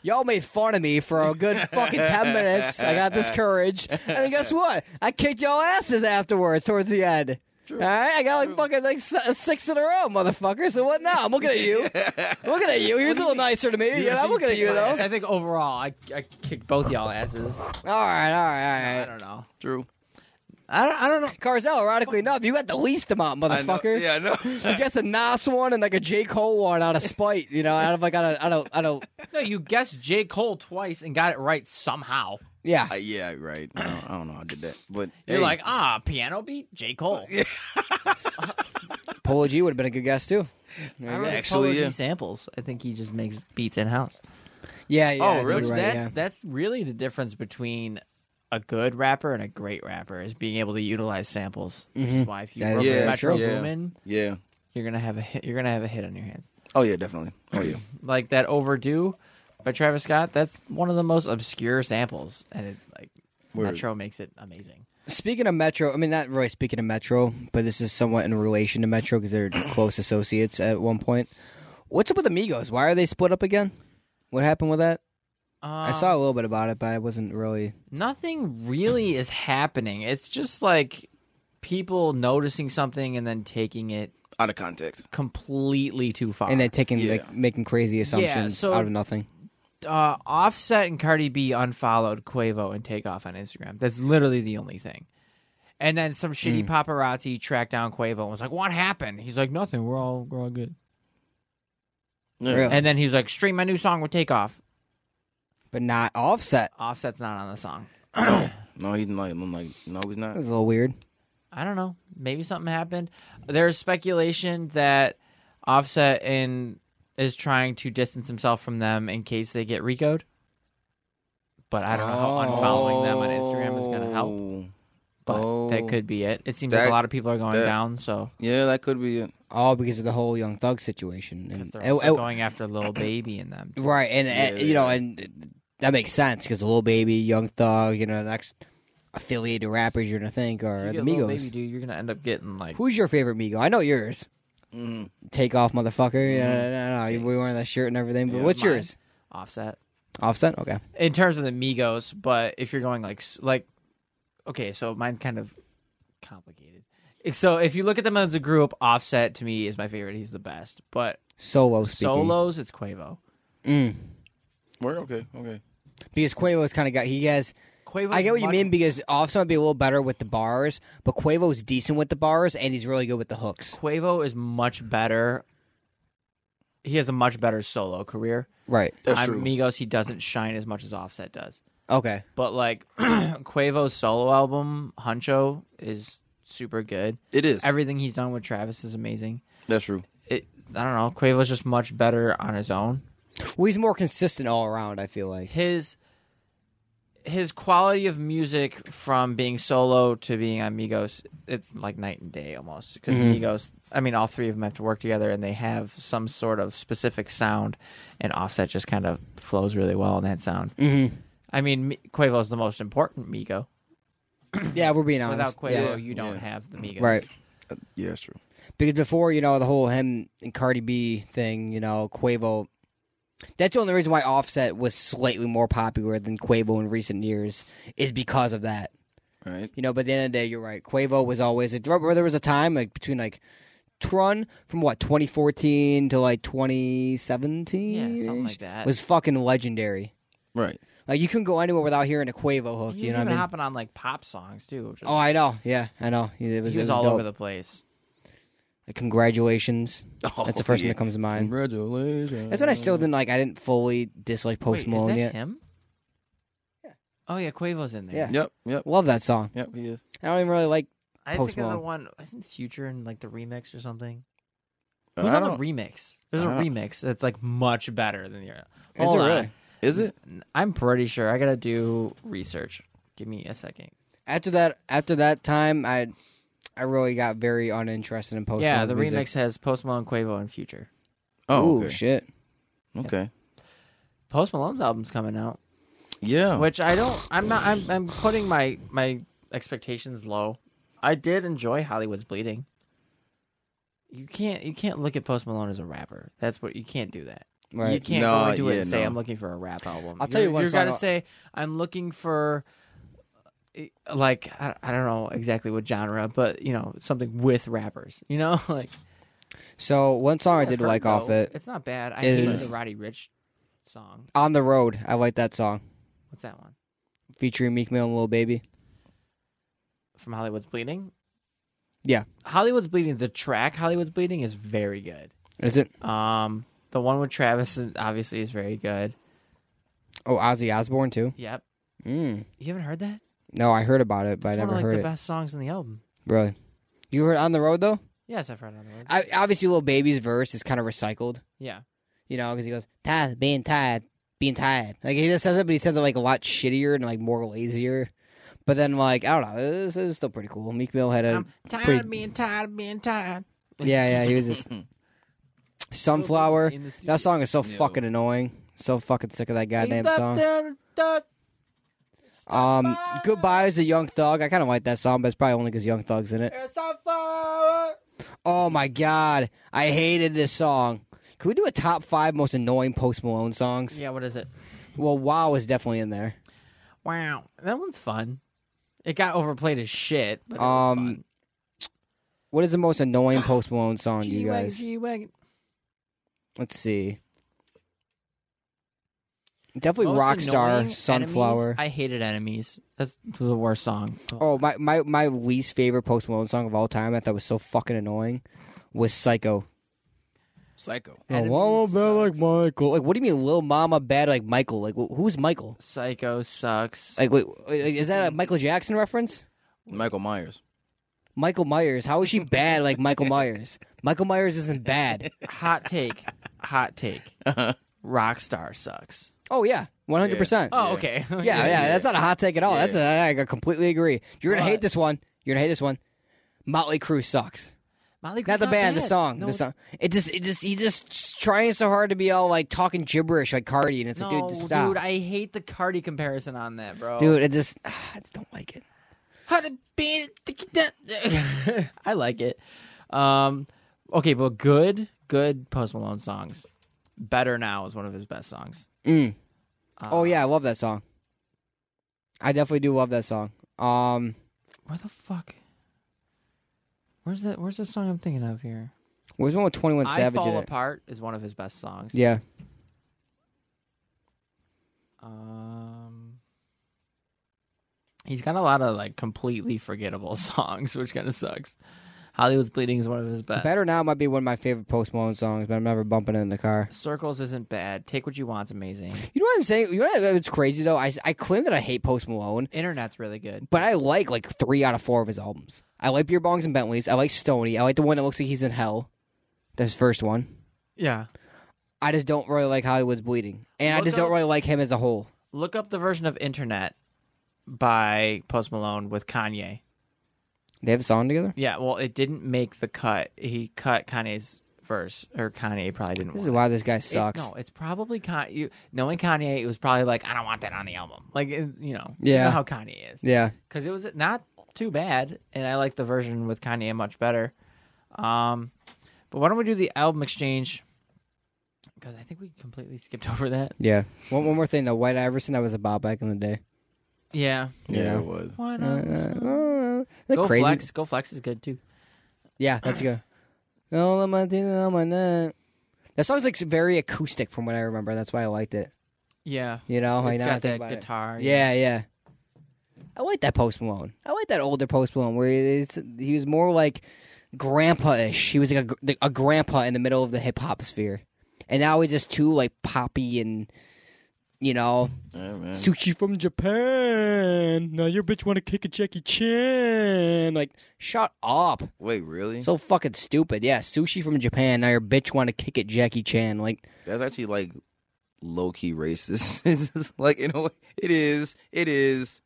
Speaker 2: y'all made fun of me for a good fucking ten minutes. I got this courage, and then guess what? I kicked y'all asses afterwards towards the end. All right, I got like fucking like s- six in a row, motherfucker. So what now? I'm looking at you. I'm looking at you. You're a little nicer to me. Yeah, I'm looking at you though.
Speaker 3: I think overall, I, I kicked both y'all asses.
Speaker 2: All right, all right, all
Speaker 3: I
Speaker 2: right.
Speaker 3: don't know.
Speaker 1: True.
Speaker 3: I don't, I don't know.
Speaker 2: Carzel, ironically enough, you got the least amount,
Speaker 1: I know.
Speaker 2: motherfucker.
Speaker 1: Yeah, I know.
Speaker 2: He gets a Nas one and like a J Cole one out of spite, you know, out of like out of out of, out of
Speaker 3: No, you guessed J Cole twice and got it right somehow.
Speaker 2: yeah.
Speaker 1: Uh, yeah, right. I don't, I don't know. how I did that, but
Speaker 3: You're
Speaker 1: hey,
Speaker 3: like, ah, piano beat, J Cole.
Speaker 2: Polo G would have been a good guess too.
Speaker 3: I don't
Speaker 1: Actually,
Speaker 3: think Polo G
Speaker 1: yeah.
Speaker 3: samples. I think he just makes beats in house.
Speaker 2: Yeah, yeah.
Speaker 1: Oh,
Speaker 2: I think
Speaker 1: really?
Speaker 2: you're right,
Speaker 3: that's
Speaker 2: yeah.
Speaker 3: that's really the difference between a good rapper and a great rapper is being able to utilize samples. Which is Why if you
Speaker 2: Mm-hmm.
Speaker 3: work
Speaker 2: That is
Speaker 3: with
Speaker 1: very
Speaker 3: Metro
Speaker 1: true. Yeah.
Speaker 3: Boomin,
Speaker 1: yeah.
Speaker 3: you're gonna have a hit, you're gonna have a hit on your hands.
Speaker 1: Oh yeah, definitely. Oh yeah.
Speaker 3: Like that "Overdue" by Travis Scott. That's one of the most obscure samples, and it like
Speaker 1: Word.
Speaker 3: Metro makes it amazing.
Speaker 2: Speaking of Metro, I mean not really speaking of Metro, but this is somewhat in relation to Metro because they're close associates at one point. What's up with Amigos? Why are they split up again? What happened with that? I saw a little bit about it, but I wasn't really.
Speaker 3: Um, nothing really is happening. It's just like people noticing something and then taking it
Speaker 1: out of context.
Speaker 3: completely too far.
Speaker 2: and then taking
Speaker 1: Yeah.
Speaker 2: like making crazy assumptions
Speaker 3: so-
Speaker 2: out of nothing.
Speaker 3: uh, Offset and Cardi B unfollowed Quavo and Takeoff on Instagram. That's literally the only thing. And then some shitty paparazzi tracked down Quavo and was like, "What happened?" He's like, "Nothing. We're all we're all good."
Speaker 1: Yeah.
Speaker 2: Really.
Speaker 3: And then he was like, "Stream my new song with Takeoff."
Speaker 2: But not offset.
Speaker 3: Offset's not on the song.
Speaker 1: No, he's not. I'm like, no, he's not.
Speaker 2: That was a little weird.
Speaker 3: I don't know. Maybe something happened. There's speculation that Offset and is trying to distance himself from them in case they get recode. But I don't know how unfollowing them on Instagram is going to help.
Speaker 1: Oh.
Speaker 3: But
Speaker 1: Oh.
Speaker 3: that could be it. It seems like
Speaker 1: That-
Speaker 3: a lot of people are going
Speaker 1: that-
Speaker 3: down, so
Speaker 1: Yeah, that could be it.
Speaker 2: All because of the whole Young Thug situation. And,
Speaker 3: they're oh,
Speaker 2: it-
Speaker 3: also
Speaker 2: it-
Speaker 3: going after Little Baby and them.
Speaker 2: right, and and,
Speaker 1: Yeah,
Speaker 2: you know,
Speaker 1: yeah.
Speaker 2: and that makes sense because Lil Baby, Young Thug, you know, the next affiliated rappers you're gonna think are
Speaker 3: You
Speaker 2: the
Speaker 3: get Lil
Speaker 2: Migos.
Speaker 3: Baby, dude, you're going to end up getting like
Speaker 2: Who's your favorite Migo? I know yours.
Speaker 1: Mhm.
Speaker 2: Take off, motherfucker. Yeah, no, no, no, You were wearing that shirt and everything. But what's
Speaker 3: Mm-hmm. mine.
Speaker 2: yours?
Speaker 3: Offset
Speaker 2: Offset. Okay.
Speaker 3: in terms of the Migos. But if you're going like s- like, okay, so mine's kind of complicated. So if you look at them as a group, Offset to me is my favorite. He's the best. But
Speaker 2: Solo speaking.
Speaker 3: solos, it's Quavo.
Speaker 2: Mm.
Speaker 1: We're okay. Okay.
Speaker 2: Because Quavo's kind of got he has.
Speaker 3: Quavo.
Speaker 2: I get what you
Speaker 3: much-
Speaker 2: mean because Offset might be a little better with the bars, but Quavo's decent with the bars and he's really good with the hooks.
Speaker 3: Quavo is much better. He has a much better solo career.
Speaker 2: Right.
Speaker 1: That's
Speaker 3: On
Speaker 1: true.
Speaker 3: Migos, he doesn't shine as much as Offset does.
Speaker 2: Okay.
Speaker 3: But like Quavo's solo album, Huncho, is super good.
Speaker 1: It is.
Speaker 3: Everything he's done with Travis is amazing.
Speaker 1: That's true.
Speaker 3: It, I don't know. Quavo's just much better on his own.
Speaker 2: Well, he's more consistent all around. I feel like.
Speaker 3: His his quality of music from being solo to being on Migos, it's like night and day almost. Because
Speaker 1: Mm-hmm.
Speaker 3: Migos, I mean, all three of them have to work together, and they have some sort of specific sound, and Offset just kind of flows really well in that sound.
Speaker 2: hmm
Speaker 3: I mean, Mi- Quavo's the most important Migo.
Speaker 2: Yeah, we're being honest.
Speaker 3: Without Quavo,
Speaker 2: Yeah.
Speaker 3: you don't
Speaker 1: yeah.
Speaker 3: have the Migos.
Speaker 2: Right.
Speaker 1: Uh, Yeah, that's true.
Speaker 2: Because before, you know, the whole him and Cardi B thing, you know, Quavo. That's the only reason why Offset was slightly more popular than Quavo in recent years is because of that.
Speaker 1: All right.
Speaker 2: You know, but at the end of the day, you're right. Quavo was always. Remember, there was a time like between like Trun from what 2014 to like 2017.
Speaker 3: Yeah, something like that.
Speaker 2: Was fucking legendary.
Speaker 1: Right.
Speaker 2: Like you couldn't go anywhere without hearing a Quavo hook.
Speaker 3: He was
Speaker 2: You know
Speaker 3: even
Speaker 2: what I mean?
Speaker 3: hopping on like pop songs too. Which is,
Speaker 2: Oh, I know. Yeah, I know. It was,
Speaker 3: he
Speaker 2: it
Speaker 3: was
Speaker 2: was
Speaker 3: all
Speaker 2: dope.
Speaker 3: over the place.
Speaker 2: Like, Congratulations.
Speaker 1: Oh,
Speaker 2: That's the first
Speaker 1: yeah.
Speaker 2: one that comes to mind.
Speaker 1: Congratulations.
Speaker 2: That's what I still didn't like. I didn't fully dislike
Speaker 3: Wait,
Speaker 2: Post
Speaker 3: is
Speaker 2: Malone
Speaker 3: that
Speaker 2: yet.
Speaker 3: him? Oh yeah, Quavo's in there.
Speaker 2: Yeah.
Speaker 1: Yep. Yep.
Speaker 2: Love that song.
Speaker 1: Yep. He is.
Speaker 2: I don't even really like.
Speaker 3: I
Speaker 2: Post
Speaker 3: think of the
Speaker 2: Malone.
Speaker 3: one isn't Future in like the remix or something.
Speaker 1: I
Speaker 3: Who's on the
Speaker 1: don't-
Speaker 3: remix? There's a
Speaker 1: I don't-
Speaker 3: remix that's like much better than your.
Speaker 2: Is
Speaker 3: Hold
Speaker 2: it
Speaker 3: on.
Speaker 2: really?
Speaker 1: Is it?
Speaker 3: I'm pretty sure. I gotta do research. Give me a second.
Speaker 2: After that, after that time, I, I really got very uninterested in Post
Speaker 3: yeah,
Speaker 2: Malone
Speaker 3: the
Speaker 2: music.
Speaker 3: remix has Post Malone, Quavo, and Future.
Speaker 1: Oh,
Speaker 2: Ooh,
Speaker 1: okay.
Speaker 2: shit.
Speaker 1: okay.
Speaker 3: Post Malone's album's coming out.
Speaker 1: Yeah.
Speaker 3: which I don't. I'm not. I'm. I'm putting my my expectations low. I did enjoy Hollywood's Bleeding. You can't. You can't look at Post Malone as a rapper. That's what you can't do that.
Speaker 2: Right.
Speaker 3: You can't
Speaker 1: No,
Speaker 3: go into it
Speaker 1: yeah,
Speaker 3: and say
Speaker 1: no.
Speaker 3: I'm looking for a rap album.
Speaker 2: I'll tell you
Speaker 3: You're-
Speaker 2: one
Speaker 3: You're
Speaker 2: song
Speaker 3: to
Speaker 2: I'll-
Speaker 3: say I'm looking for. eh, Like I, I don't know exactly what genre, but you know something with rappers. You know, like
Speaker 2: So one song I
Speaker 3: I've
Speaker 2: did
Speaker 3: heard,
Speaker 2: like off
Speaker 3: though.
Speaker 2: it,
Speaker 3: It's not bad. I
Speaker 2: It
Speaker 3: hated
Speaker 2: is-
Speaker 3: the Roddy Rich song.
Speaker 2: "On the Road." I like that song
Speaker 3: What's that one
Speaker 2: featuring Meek Mill and Lil Baby.
Speaker 3: from Hollywood's Bleeding?
Speaker 2: Yeah,
Speaker 3: Hollywood's Bleeding, the track Hollywood's Bleeding is very good.
Speaker 2: is it?
Speaker 3: Um, the one with Travis is- obviously is very good.
Speaker 2: Oh, Ozzy Osbourne too.
Speaker 3: Yep.
Speaker 2: Mm.
Speaker 3: You haven't heard that?
Speaker 2: No, I heard about it, but
Speaker 3: It's one
Speaker 2: I never
Speaker 3: of like
Speaker 2: heard
Speaker 3: the
Speaker 2: it.
Speaker 3: best songs in the album.
Speaker 2: Really? You heard "On the Road" though?
Speaker 3: Yes, I've heard it on the road.
Speaker 2: I, obviously, Lil Baby's verse is kind of recycled.
Speaker 3: yeah.
Speaker 2: You know, because he goes tired, being tired, being tired. Like he just says it, but he says it like a lot shittier and like more lazier. But then, like I don't know, it was, it was still pretty cool. Meek Mill had a
Speaker 3: I'm tired
Speaker 2: pretty-
Speaker 3: of being tired of being tired.
Speaker 2: yeah, yeah. He was just sunflower.
Speaker 3: In the
Speaker 2: That song is so
Speaker 1: Yeah.
Speaker 2: fucking annoying. So fucking sick of that goddamn song.
Speaker 3: song.
Speaker 2: Um, goodbye is a young thug. I kind of like that song, but it's probably only because Young Thug's in it. Oh my god, I hated this song. Can we do a top five most annoying Post Malone songs?
Speaker 3: Yeah, what is it?
Speaker 2: Well, Wow is definitely in there.
Speaker 3: Wow. That one's fun. It got overplayed as shit, but it was
Speaker 2: Um,
Speaker 3: fun.
Speaker 2: What is the most annoying Post Malone song to you
Speaker 3: G-Wagon,
Speaker 2: guys?
Speaker 3: G-Wagon.
Speaker 2: Let's see. Definitely
Speaker 3: Most
Speaker 2: Rockstar
Speaker 3: annoying
Speaker 2: Sunflower.
Speaker 3: Enemies? I hated enemies. That's the worst song.
Speaker 2: oh, my, my my least favorite Post Malone song of all time I thought was so fucking annoying was Psycho.
Speaker 1: Psycho.
Speaker 3: Enemies
Speaker 2: Mama bad like
Speaker 3: sucks.
Speaker 2: Michael. Like, what do you mean, Lil Mama bad like Michael? Like, wh- who's Michael?
Speaker 3: Psycho sucks.
Speaker 2: Like, wait, wait, is that a Michael Jackson reference?
Speaker 1: Michael Myers.
Speaker 2: Michael Myers. How is she bad like Michael Myers? Michael Myers isn't bad.
Speaker 3: hot take. Hot take.
Speaker 2: Uh-huh.
Speaker 3: Rockstar sucks.
Speaker 2: Oh yeah, one hundred percent.
Speaker 3: Oh,
Speaker 1: Yeah.
Speaker 3: okay.
Speaker 2: Yeah, yeah,
Speaker 1: yeah.
Speaker 2: that's not a hot take at all. That's a, I completely agree. You're gonna hate
Speaker 3: But-
Speaker 2: this one. You're gonna hate this one. Motley Crue sucks.
Speaker 3: Motley Crue's
Speaker 2: Not the band, the
Speaker 3: bad.
Speaker 2: song,
Speaker 3: No,
Speaker 2: the song. It just, it just, he just trying so hard to be all like talking gibberish like Cardi, and it's
Speaker 3: No,
Speaker 2: like, dude,
Speaker 3: dude,
Speaker 2: just stop, dude.
Speaker 3: I hate the Cardi comparison on that, bro.
Speaker 2: it just, I just don't like it.
Speaker 3: How the band? I like it. Um, okay, but good, good Post Malone songs. Better now is one of his best songs.
Speaker 2: Mm.
Speaker 3: Uh,
Speaker 2: oh yeah, I love that song. I definitely do love that song. Um,
Speaker 3: Where the fuck? Where's that? Where's the song I'm thinking of here?
Speaker 2: where's the one with Twenty One
Speaker 3: I
Speaker 2: Savage in
Speaker 3: fall
Speaker 2: it?
Speaker 3: apart is one of his best songs.
Speaker 2: Yeah,
Speaker 3: Um, he's got a lot of like completely forgettable songs, which kind of sucks. Hollywood's Bleeding is one of his best.
Speaker 2: Better Now might be one of my favorite Post Malone songs, but I'm never bumping it in the car.
Speaker 3: Circles isn't bad. Take what you want's amazing.
Speaker 2: You know what I'm saying? You know what, it's crazy though. I I claim that I hate Post Malone,
Speaker 3: Internet's really good.
Speaker 2: but I like like three out of four of his albums. I like Beer Bongs and Bentleys. I like Stony. I like the one that looks like he's in hell. That's his first one.
Speaker 3: Yeah.
Speaker 2: I just don't really like Hollywood's Bleeding, and I
Speaker 3: Look
Speaker 2: just
Speaker 3: up-
Speaker 2: don't really like him as a whole.
Speaker 3: Look up the version of Internet by Post Malone with Kanye.
Speaker 2: They have a song together.
Speaker 3: Yeah, well, it didn't make the cut. He cut Kanye's verse, or Kanye probably didn't want
Speaker 2: This is
Speaker 3: it.
Speaker 2: why this guy
Speaker 3: It-
Speaker 2: sucks.
Speaker 3: no, it's probably Kanye. You, knowing Kanye, it was probably like, I don't want that on the album. Like, it- you know, you
Speaker 2: Yeah.
Speaker 3: know how Kanye is.
Speaker 2: Yeah,
Speaker 3: because it was not too bad, and I like the version with Kanye much better. Um, but why don't we do the album exchange? Because I think we completely skipped over that.
Speaker 2: yeah. One, one more thing though. White Iverson, that was a bop back in the day.
Speaker 3: Yeah.
Speaker 2: Yeah.
Speaker 1: it was.
Speaker 3: Why
Speaker 2: Uh,
Speaker 3: not?
Speaker 2: uh, the
Speaker 3: Go
Speaker 2: crazy.
Speaker 3: flex. Go flex is good too.
Speaker 2: Yeah, that's good. All of my teeth on my neck. That song's like very acoustic from what I remember. That's why I liked it.
Speaker 3: Yeah.
Speaker 2: You know, like
Speaker 3: it's
Speaker 2: now Oh, I
Speaker 3: got
Speaker 2: think
Speaker 3: that
Speaker 2: about it.
Speaker 3: guitar.
Speaker 2: Yeah, yeah. I like that Post Malone. I like that older Post Malone where it's, he was more like grandpa-ish. He was like a, gr- a grandpa in the middle of the hip hop sphere, and now he's just too like poppy and you know
Speaker 1: Yeah, man.
Speaker 2: sushi from Japan. Now your bitch want to kick a Jackie Chan. Like, shut up.
Speaker 1: Wait, really?
Speaker 2: So fucking stupid. Yeah, sushi from Japan. Now your bitch want to kick it, Jackie Chan. Like,
Speaker 1: That's actually like low key racist. It's just like you know, it is. It is.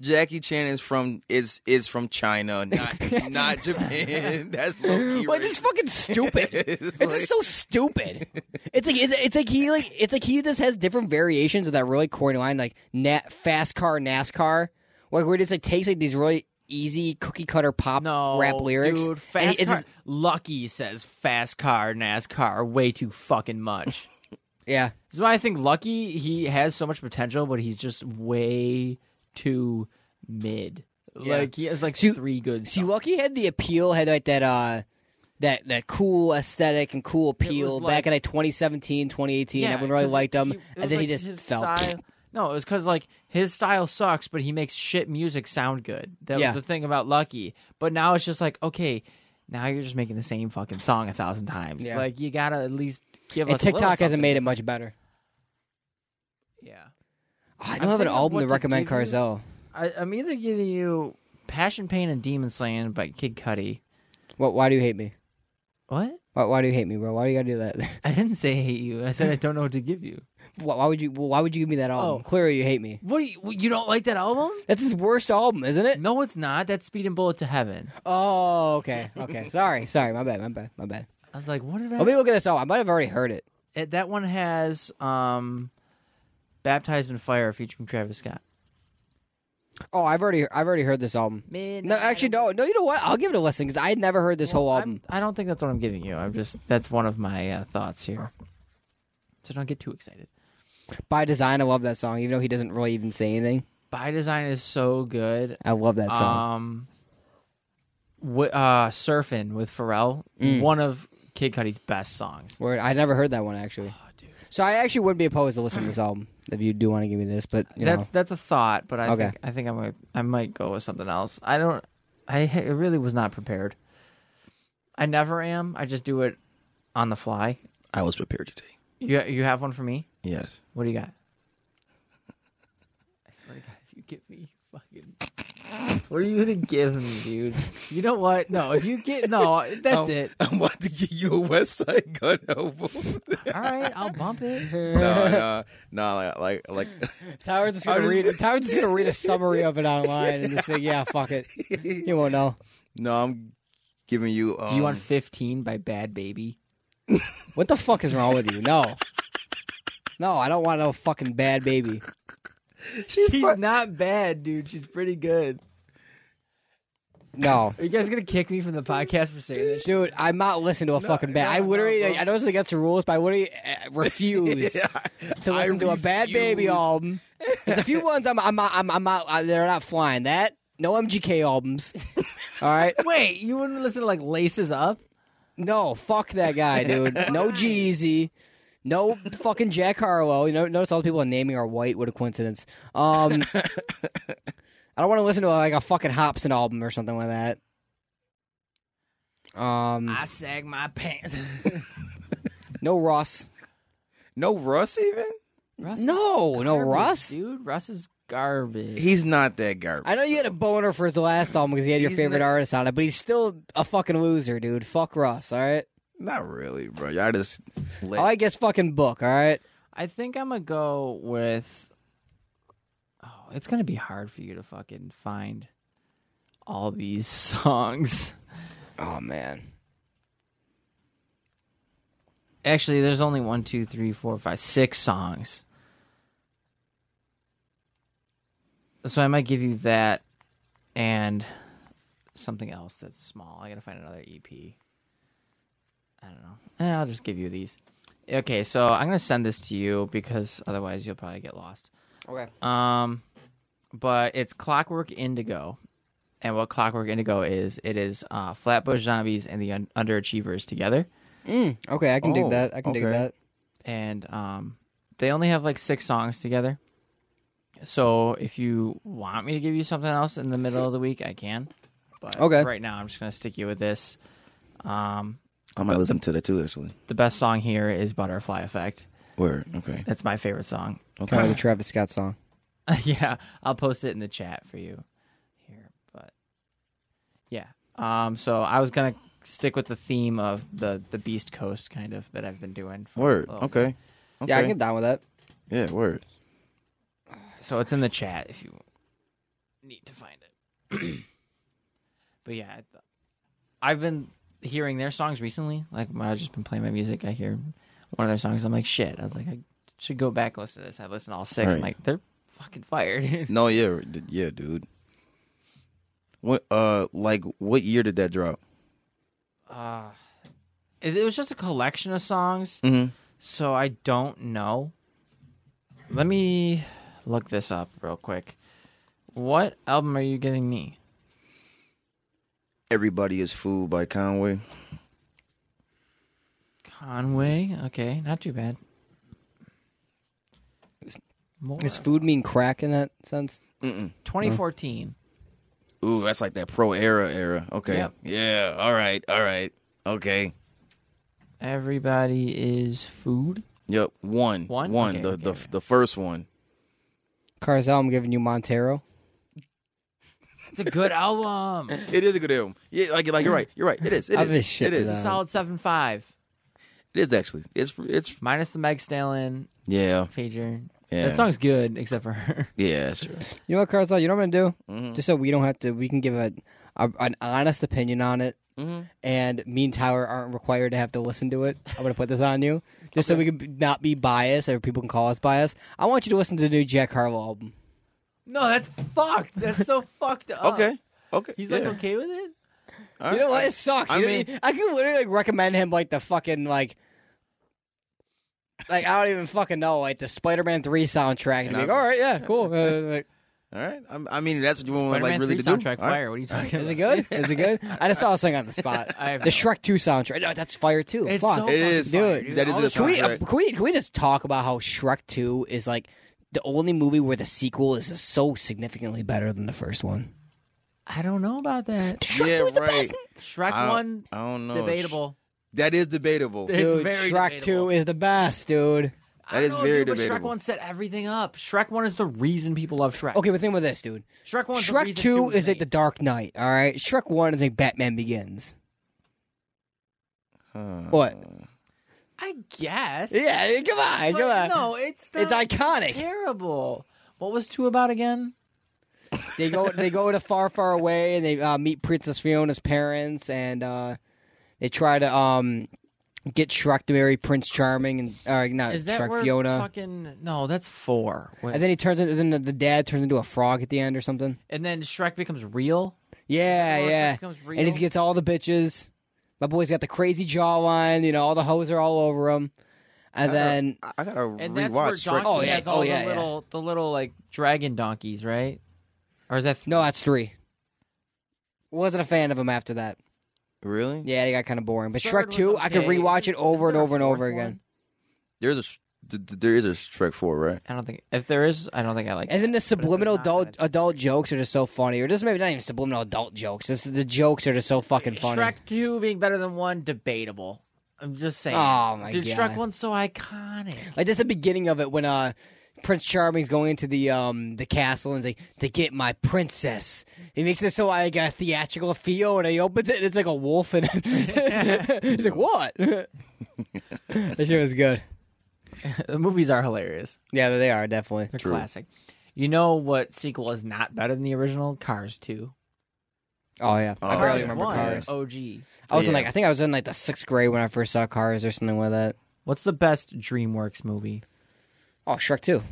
Speaker 1: Jackie Chan is from is is from China, not not Japan. That's low key.
Speaker 2: like this is fucking stupid.
Speaker 1: it's
Speaker 2: It's just so stupid. It's like it's, it's like he like it's like he just has different variations of that really corny line like nat, fast car NASCAR, like where it just like takes like these really easy cookie cutter pop
Speaker 3: No,
Speaker 2: rap lyrics.
Speaker 3: Dude,
Speaker 2: and
Speaker 3: fast
Speaker 2: it's
Speaker 3: car.
Speaker 2: just-
Speaker 3: Lucky says fast car, NASCAR, are way too fucking much.
Speaker 2: yeah,
Speaker 3: This is why I think Lucky he has so much potential, but he's just way too mid. Like he has like
Speaker 2: So you-
Speaker 3: three good.
Speaker 2: see,
Speaker 3: songs.
Speaker 2: Lucky had the appeal, had like that uh that that cool aesthetic and cool appeal
Speaker 3: was like-
Speaker 2: back in like 2017, 2018.
Speaker 3: Yeah,
Speaker 2: Everyone really
Speaker 3: 'cause
Speaker 2: liked him,
Speaker 3: he- it was
Speaker 2: and then
Speaker 3: like
Speaker 2: he just
Speaker 3: his
Speaker 2: fell.
Speaker 3: style- No, it was because like his style sucks, but he makes shit music sound good. That
Speaker 2: Yeah.
Speaker 3: was the thing about Lucky. But now it's just like okay. Now you're just making the same fucking song a thousand times.
Speaker 2: Yeah.
Speaker 3: Like you gotta at least give
Speaker 2: And
Speaker 3: us. a little
Speaker 2: TikTok hasn't
Speaker 3: something.
Speaker 2: made it much better.
Speaker 3: Yeah,
Speaker 2: I
Speaker 3: I'm
Speaker 2: don't have an
Speaker 3: thinking
Speaker 2: album
Speaker 3: what
Speaker 2: to
Speaker 3: to
Speaker 2: recommend
Speaker 3: give you.
Speaker 2: Carzell.
Speaker 3: I, I'm either giving you "Passion, Pain, and Demon Slaying" by Kid Cudi.
Speaker 2: What? Why do you hate me?
Speaker 3: What?
Speaker 2: Why, why do you hate me, bro? Why do you gotta do that?
Speaker 3: I didn't say I hate you. I said I don't know what to give you.
Speaker 2: why, why would you? well, Why would you give me that album? Clearly, you hate me.
Speaker 3: What do you, you don't like that album?
Speaker 2: That's his worst album, isn't it?
Speaker 3: No, it's not. That's Speed and Bullet to Heaven.
Speaker 2: Oh, okay, okay. sorry, sorry. My bad, my bad, my bad.
Speaker 3: I was like, what did I?
Speaker 2: Let me look at this album. I might have already heard it.
Speaker 3: It- that one has um, Baptized in Fire featuring Travis Scott.
Speaker 2: Oh, I've already, I've already heard this album.
Speaker 3: Man,
Speaker 2: No, actually, no, no. You know what? I'll give it a listen because I had never heard this whole album.
Speaker 3: I don't think that's what I'm giving you. I'm just that's one of my uh, thoughts here. So don't get too excited.
Speaker 2: By Design, I love that song. Even though he doesn't really even say anything,
Speaker 3: By Design is so good.
Speaker 2: Uh. I love that song.
Speaker 3: Um, w- uh, "Surfing" with Pharrell,
Speaker 2: Mm.
Speaker 3: one of Kid Cudi's best songs.
Speaker 2: Word. I never heard that one actually. So I actually wouldn't be opposed to listening to this album if you do want to give me this, but you
Speaker 3: that's
Speaker 2: know,
Speaker 3: that's a thought, but I
Speaker 2: Okay.
Speaker 3: think I think I might I might go with something else. I don't. I, ha- I really was not prepared. I never am. I just do it on the fly.
Speaker 1: I was prepared today.
Speaker 3: You you have one for me?
Speaker 1: Yes.
Speaker 3: What do you got? I swear to God, if you give me fucking. What are you gonna give me, dude? You know what? No, if you get no,
Speaker 2: Oh.
Speaker 3: that's it.
Speaker 1: Um, I want to give you a West Side Gun album.
Speaker 3: All right, I'll bump it.
Speaker 1: no, no, no, like, like,
Speaker 2: Tyler's just gonna
Speaker 1: I
Speaker 2: read.
Speaker 1: just-
Speaker 2: Tyler's just gonna read a summary of it online and just think, yeah, fuck it, you won't know.
Speaker 1: no. I'm giving you. Um,
Speaker 3: Do you want 15 by Bad Baby?
Speaker 2: What the fuck is wrong with you? No, no, I don't want no fucking bad baby.
Speaker 1: She's
Speaker 3: She's
Speaker 1: fu-
Speaker 3: not bad, dude. She's pretty good.
Speaker 2: No,
Speaker 3: Are you guys gonna kick me from the podcast for saying this?
Speaker 2: dude, I'm not listening to a fucking bad. I
Speaker 1: no, no,
Speaker 2: literally,
Speaker 1: bro.
Speaker 2: I know it's against the rules, but I literally uh, refuse. to
Speaker 1: I
Speaker 2: listen to a bad baby
Speaker 1: refuse.
Speaker 2: album. There's a few ones I'm I'm I'm, I'm out. I, they're not flying. That no MGK albums. All right,
Speaker 3: Wait, you wouldn't listen to like Laces Up?
Speaker 2: no fuck that guy, dude. No Jeezy. No fucking Jack Harlow. You know, notice all the people I'm naming are white. What a coincidence. Um, I don't want to listen to like a fucking Hobson album or something like that. Um,
Speaker 3: I sag my pants.
Speaker 2: no Ross.
Speaker 1: No, Russ even.
Speaker 3: Russ is
Speaker 2: No, no
Speaker 3: garbage,
Speaker 2: Ross.
Speaker 3: dude. Russ is garbage.
Speaker 1: He's not that garbage.
Speaker 2: I know you had a boner for his last album because he had your
Speaker 1: He's
Speaker 2: favorite
Speaker 1: not-
Speaker 2: artist on it, but he's still a fucking loser, dude. Fuck Russ, all right?
Speaker 1: Not really, bro. Y'all just. Let,
Speaker 2: All I guess fucking book, all right?
Speaker 3: I think I'm gonna go with. Oh, it's gonna be hard for you to fucking find all these songs.
Speaker 2: Oh, man.
Speaker 3: Actually, there's only one, two, three, four, five, six songs. So I might give you that and something else that's small. I gotta find another EP. I don't know. Eh, I'll just give you these. Okay, so I'm gonna send this to you because otherwise you'll probably get lost.
Speaker 2: Okay.
Speaker 3: Um, but it's Clockwork Indigo, and what Clockwork Indigo is, it is uh, Flatbush Zombies and the un- Underachievers together,
Speaker 2: Okay, I can dig
Speaker 1: Oh,
Speaker 2: that. I can dig
Speaker 1: okay.
Speaker 2: that.
Speaker 3: and um, they only have like six songs together. So if you want me to give you something else in the middle of the week, I can. But
Speaker 2: Okay.
Speaker 3: right now, I'm just gonna stick you with this. Um,
Speaker 1: I might listen to that too, actually.
Speaker 3: the best song here is Butterfly Effect.
Speaker 1: Word. Okay.
Speaker 3: That's my favorite song.
Speaker 2: Kind of the Travis Scott song.
Speaker 3: yeah, I'll post it in the chat for you here, but yeah. Um so I was going to stick with the theme of the the Beast Coast kind of that I've been doing. For a
Speaker 1: Word.
Speaker 3: little
Speaker 1: Okay. Okay.
Speaker 2: Yeah, I can get down with that.
Speaker 1: Yeah, word.
Speaker 3: bit. So it's in the chat if you need to find it. but yeah, I th- I've been hearing their songs recently. Like when I've just been playing my music, I hear one of their songs. I'm like, shit. I was like, I should go back and listen to this. I listened to all six. I'm
Speaker 1: Right.
Speaker 3: like, they're fucking fired.
Speaker 1: No, yeah, d- yeah, dude. What uh like what year did that drop?
Speaker 3: uh, it, it was just a collection of songs,
Speaker 1: Mhm.
Speaker 3: so I don't know. Let me look this up real quick. What album are you getting me?
Speaker 1: Everybody is Fooled by Conway.
Speaker 3: Conway. Okay, not too bad. More.
Speaker 2: Does food mean crack in that sense?
Speaker 3: 2014.
Speaker 1: Ooh, that's like that pro era era. Okay.
Speaker 3: Yep.
Speaker 1: Yeah, all right. All right. Okay.
Speaker 3: Everybody is food.
Speaker 1: Yep. One.
Speaker 3: One?
Speaker 1: One.
Speaker 3: Okay,
Speaker 1: the
Speaker 3: okay,
Speaker 1: the
Speaker 3: okay.
Speaker 1: the first one.
Speaker 2: Carzel, I'm giving you Montero.
Speaker 3: It's a good album. It's
Speaker 1: It is a good album. Yeah, like like you're right. You're right. It is. It
Speaker 2: I'll
Speaker 1: is.
Speaker 2: just shit
Speaker 1: it
Speaker 2: to
Speaker 1: is.
Speaker 2: that.
Speaker 3: a solid seven five.
Speaker 1: It is actually. It's it's
Speaker 3: Minus the Meg Stallion
Speaker 1: yeah.
Speaker 3: pager.
Speaker 1: Yeah.
Speaker 3: That song's good, except for her.
Speaker 1: Yeah, sure.
Speaker 2: You know what, Carzel? You know what I'm going to do?
Speaker 1: Mm-hmm.
Speaker 2: Just so we don't have to, we can give a, a an honest opinion on it.
Speaker 1: Mm-hmm.
Speaker 2: And me and Tyler aren't required to have to listen to it. I'm gonna put this on you, just so we can be- not be biased, or people can call us biased. I want you to listen to the new Jack Harlow album.
Speaker 3: No, that's fucked. That's so fucked up.
Speaker 1: Okay. Okay.
Speaker 3: Oh. He's like
Speaker 1: yeah.
Speaker 3: okay with it?
Speaker 1: All
Speaker 2: You know
Speaker 1: right.
Speaker 2: what? It sucks.
Speaker 1: I
Speaker 2: You-
Speaker 1: mean-
Speaker 2: I could literally like, recommend him like the fucking like, like I don't even fucking know like the Spider Man Three soundtrack,
Speaker 1: And
Speaker 2: and, be like,
Speaker 1: I'm-
Speaker 2: all right, yeah, cool. Uh, like,
Speaker 1: All right. I'm, I mean, that's what you want like
Speaker 3: Spider-Man
Speaker 1: really
Speaker 3: 3
Speaker 1: to do.
Speaker 3: soundtrack
Speaker 1: All right.
Speaker 3: fire. What are you talking about?
Speaker 2: Is it good? Is it good? I just thought I was singing on the spot.
Speaker 3: I have
Speaker 2: the Shrek 2 soundtrack. No, that's fire too.
Speaker 3: It's
Speaker 2: Fuck.
Speaker 3: so
Speaker 1: It
Speaker 3: fucking
Speaker 1: is.
Speaker 3: fire,
Speaker 2: Dude,
Speaker 3: dude.
Speaker 1: that is
Speaker 3: All
Speaker 1: a
Speaker 3: the
Speaker 1: good
Speaker 2: Can we, uh,
Speaker 1: soundtrack.
Speaker 2: can we can we just talk about how Shrek Two is like the only movie where the sequel is just so significantly better than the first one?
Speaker 3: I don't know about that.
Speaker 2: Shrek
Speaker 1: yeah,
Speaker 2: 2 is the
Speaker 1: right.
Speaker 2: best.
Speaker 3: Shrek
Speaker 1: I don't-
Speaker 3: one
Speaker 1: I don't know.
Speaker 3: debatable.
Speaker 1: That is debatable.
Speaker 3: It's
Speaker 2: Dude,
Speaker 3: very
Speaker 2: Shrek
Speaker 3: debatable.
Speaker 2: Two is the best, dude.
Speaker 3: I
Speaker 1: That
Speaker 3: don't
Speaker 1: is
Speaker 3: know,
Speaker 1: very
Speaker 3: dude, but Shrek
Speaker 1: debatable.
Speaker 3: one set everything up. Shrek one is the reason people love Shrek.
Speaker 2: Okay, but think about this, dude.
Speaker 3: Shrek one.
Speaker 2: Shrek Two is like the Dark Knight. All right, Shrek One is like Batman Begins.
Speaker 1: Huh.
Speaker 2: What?
Speaker 3: Oh. I guess.
Speaker 2: Yeah, I mean, come on,
Speaker 3: But
Speaker 2: come on.
Speaker 3: No, it's
Speaker 2: It's
Speaker 3: not
Speaker 2: iconic.
Speaker 3: Terrible. What was two about again?
Speaker 2: They go they go to far far away and they uh, meet Princess Fiona's parents and uh, they try to um get Shrek to marry Prince Charming and uh, not
Speaker 3: Is that
Speaker 2: Shrek
Speaker 3: where
Speaker 2: Fiona.
Speaker 3: fucking no? That's four. Wait.
Speaker 2: And then he turns into then the, the dad turns into a frog at the end or something.
Speaker 3: and then Shrek becomes real.
Speaker 2: Yeah,
Speaker 3: Or Shrek
Speaker 2: yeah.
Speaker 3: becomes
Speaker 2: And
Speaker 3: real.
Speaker 2: he gets all the bitches. My boy's got the crazy jawline. You know, all the hoes are all over him. And then
Speaker 1: I, I gotta
Speaker 3: And that's where
Speaker 1: rewatch Shrek.
Speaker 3: Donkey
Speaker 2: Oh, yeah.
Speaker 3: has all
Speaker 2: Oh,
Speaker 3: the
Speaker 2: yeah, yeah.
Speaker 3: little the little like dragon donkeys, right? Or is that th-
Speaker 2: no, that's three. Wasn't a fan of him after that.
Speaker 1: Really?
Speaker 2: Yeah, they got kind of boring. But
Speaker 3: Third
Speaker 2: Shrek
Speaker 3: was
Speaker 2: two, I could
Speaker 3: okay.
Speaker 2: rewatch it
Speaker 3: Isn't
Speaker 2: over and
Speaker 3: there a
Speaker 2: over and over
Speaker 3: fourth
Speaker 2: again.
Speaker 3: one?
Speaker 1: There's a sh- th- th- there is a Shrek four, right?
Speaker 3: I don't think if there is, I don't think I like.
Speaker 2: And then the
Speaker 3: if there's
Speaker 2: subliminal
Speaker 3: not,
Speaker 2: adult
Speaker 3: then
Speaker 2: adult jokes are just so funny, or just maybe not even subliminal adult jokes. Just the jokes are just so fucking funny.
Speaker 3: Shrek two being better than one, debatable. I'm just saying.
Speaker 2: Oh, my
Speaker 3: Dude,
Speaker 2: God.
Speaker 3: Shrek one's so iconic.
Speaker 2: Like just the beginning of it when uh Prince Charming's going into the um the castle and he's like to get my princess. He makes it so like a theatrical feel and he opens it and it's like a wolf and he's like what? that shit was good.
Speaker 3: the movies are hilarious.
Speaker 2: Yeah, they are definitely.
Speaker 3: They're
Speaker 1: True.
Speaker 3: classic. You know what sequel is not better than the original? Cars two.
Speaker 2: Oh yeah, I
Speaker 1: Oh,
Speaker 2: barely
Speaker 1: yeah.
Speaker 2: remember
Speaker 3: one,
Speaker 2: Cars.
Speaker 3: OG.
Speaker 2: I was in
Speaker 1: Yeah.
Speaker 2: like I think I was in like the sixth grade when I first saw Cars or something like that.
Speaker 3: What's the best DreamWorks movie?
Speaker 2: Oh, Shrek too.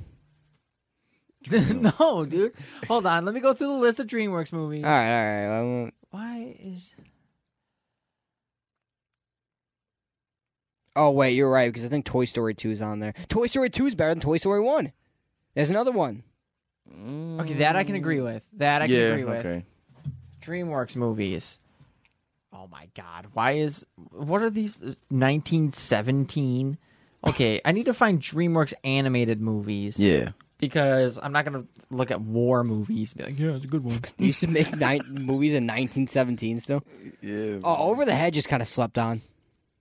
Speaker 3: no, dude. Hold on. Let me go through the list of DreamWorks movies.
Speaker 2: All right, all right. I won't-
Speaker 3: Why is
Speaker 2: Oh wait, you're right because I think Toy Story two is on there. Toy Story two is better than Toy Story one. There's another one.
Speaker 3: okay? That I can agree with. That I can
Speaker 1: yeah.
Speaker 3: agree with.
Speaker 1: Okay.
Speaker 3: DreamWorks movies. Oh my god. Why is what are these 1917? Okay, I need to find DreamWorks animated movies
Speaker 1: Yeah.
Speaker 3: because I'm not going to look at war movies and be like, "Yeah, it's a good one."
Speaker 2: They used to make nine movies in 1917 still.
Speaker 1: Yeah.
Speaker 2: Oh, Over the Head just kind of slept on.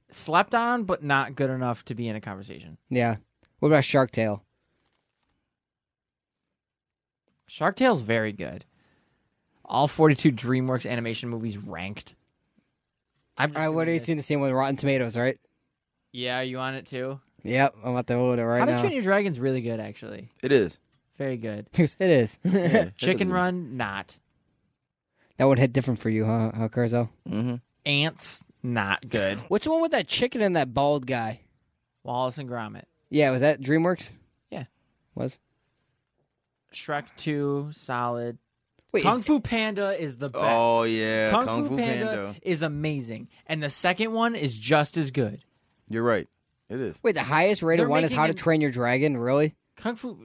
Speaker 3: Slept on but not good enough to be in a conversation.
Speaker 2: Yeah. What about Shark Tale?
Speaker 3: Shark Tale's very good. All 42 DreamWorks animation movies ranked. I'm just
Speaker 2: All right,
Speaker 3: gonna
Speaker 2: what
Speaker 3: do
Speaker 2: are you
Speaker 3: this.
Speaker 2: seeing the same with Rotten Tomatoes, right?
Speaker 3: Yeah, you on it too?
Speaker 2: Yep, I'm about to hold it right
Speaker 3: How to
Speaker 2: now.
Speaker 3: Train Your Dragon's really good actually.
Speaker 1: It is.
Speaker 3: Very good.
Speaker 2: it is.
Speaker 1: Yeah,
Speaker 2: that
Speaker 1: that
Speaker 3: Chicken
Speaker 1: is-
Speaker 3: Run not.
Speaker 2: one hit different for you, huh, huh Carzo?
Speaker 1: Mhm.
Speaker 3: Ants, not good.
Speaker 2: What's the one with that chicken and that bald guy?
Speaker 3: Wallace and Gromit.
Speaker 2: Yeah, was that DreamWorks?
Speaker 3: Yeah.
Speaker 2: Was?
Speaker 3: Shrek 2, solid.
Speaker 2: Wait,
Speaker 3: Kung
Speaker 2: is-
Speaker 3: Fu Panda is the best.
Speaker 1: Oh yeah.
Speaker 3: Kung, Fu, Panda, is amazing. And the second one is just as good.
Speaker 1: You're right. It is.
Speaker 2: wait, the highest rated
Speaker 3: They're
Speaker 2: one is
Speaker 3: making
Speaker 2: How to
Speaker 3: an-
Speaker 2: Train Your Dragon, really?
Speaker 3: Kung Fu.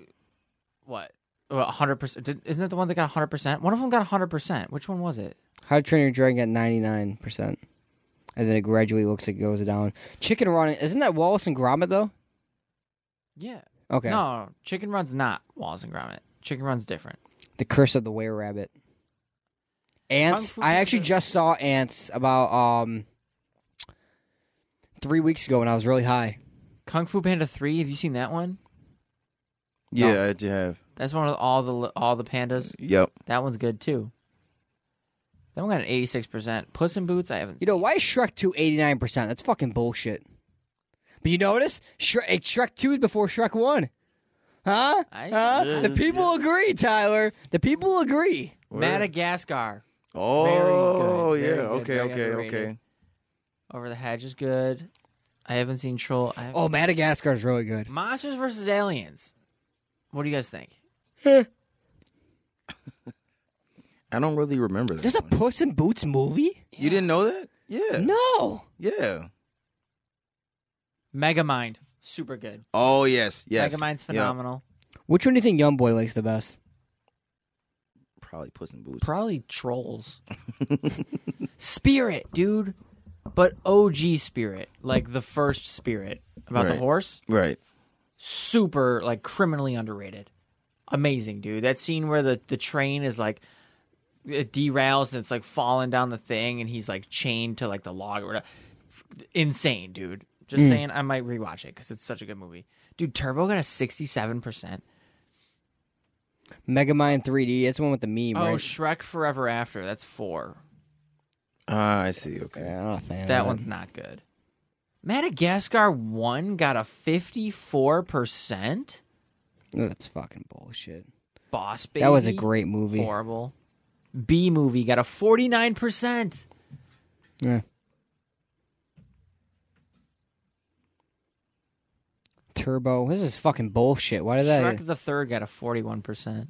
Speaker 3: What? Well, 100%. Did, isn't that the one that got 100%? One of them got 100%. Which one was it?
Speaker 2: How to Train Your Dragon at 99%. And then it gradually looks like it goes down. Chicken Run, isn't that Wallace and Gromit, though?
Speaker 3: Yeah.
Speaker 2: Okay.
Speaker 3: No, Chicken Run's not Wallace and Gromit. Chicken Run's different.
Speaker 2: The Curse of the Were Rabbit. Ants.
Speaker 3: Kung Fu
Speaker 2: I actually
Speaker 3: Panda.
Speaker 2: just saw ants about um three weeks ago when I was really high.
Speaker 3: Kung Fu Panda 3, have you seen that one?
Speaker 1: Yeah, I do have.
Speaker 3: That's one of all the all the pandas.
Speaker 1: Yep.
Speaker 3: That one's good too. That one got an 86%. Puss in Boots, I haven't
Speaker 2: You know why is Shrek two eighty nine percent? That's fucking bullshit. But you notice Shrek, eh, Shrek two is before Shrek one, huh?
Speaker 3: I-
Speaker 2: huh?
Speaker 1: Yeah,
Speaker 2: the
Speaker 1: yeah.
Speaker 2: people agree, Tyler. The people agree.
Speaker 3: Madagascar.
Speaker 1: Oh
Speaker 3: Very good,
Speaker 1: yeah.
Speaker 3: very
Speaker 1: Okay.
Speaker 3: good,
Speaker 1: Okay.
Speaker 3: very
Speaker 1: Okay.
Speaker 3: underrated. Over the Hedge is good. I haven't seen Troll. I haven't-
Speaker 2: Oh, Madagascar is really good.
Speaker 3: Monsters versus Aliens. What do you guys think?
Speaker 1: I don't really remember that.
Speaker 2: There's a
Speaker 1: one.
Speaker 2: Puss in Boots movie?
Speaker 1: You didn't know that? Yeah.
Speaker 2: No.
Speaker 1: Yeah.
Speaker 3: Megamind. Super good.
Speaker 1: Oh yes. Yes.
Speaker 3: Megamind's
Speaker 1: Yeah.
Speaker 3: phenomenal.
Speaker 2: Which one do you think YoungBoy likes the best?
Speaker 1: Probably Puss in Boots.
Speaker 3: Probably trolls. spirit, dude. But OG spirit, like the first spirit about the
Speaker 1: Right.
Speaker 3: horse,
Speaker 1: right.
Speaker 3: super like criminally underrated. Amazing, dude. That scene where the the train is like it derails and it's like falling down the thing and he's like chained to like the log or whatever. Insane, dude. Just saying, I might rewatch it because it's such a good movie. Dude, Turbo got a sixty-seven percent.
Speaker 2: Megamind 3D. That's the one with the meme,
Speaker 3: Oh,
Speaker 2: right?
Speaker 3: Shrek Forever After. That's four.
Speaker 1: Ah, I see. Okay.
Speaker 2: Yeah, I'm not a fan of
Speaker 3: That one's not good. Madagascar 1 got a 54%.
Speaker 2: Oh, That's fucking bullshit.
Speaker 3: Boss Baby.
Speaker 2: That was a great movie.
Speaker 3: Horrible. B movie got a 49%.
Speaker 2: Yeah. Turbo. This is fucking bullshit. Why did that?
Speaker 3: Shark the Third got a 41%.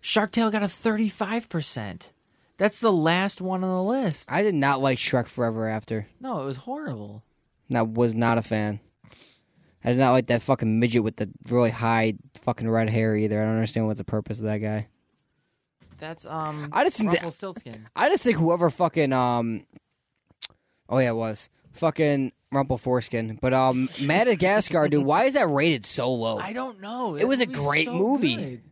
Speaker 3: Shark Tale got a 35%. That's the last one on the list.
Speaker 2: I did not like Shrek Forever After.
Speaker 3: No, it was horrible.
Speaker 2: And I was not a fan. I did not like that fucking midget with the really high fucking red hair either. I don't understand what's the purpose of that guy.
Speaker 3: That's um
Speaker 2: I just-
Speaker 3: Rumpelstiltskin.
Speaker 2: I just think whoever fucking um, oh yeah, it was fucking Rumple Foreskin. But um, Madagascar, dude, why is that rated so low?
Speaker 3: I don't know.
Speaker 2: It was a
Speaker 3: movie's
Speaker 2: great
Speaker 3: so
Speaker 2: movie.
Speaker 3: good.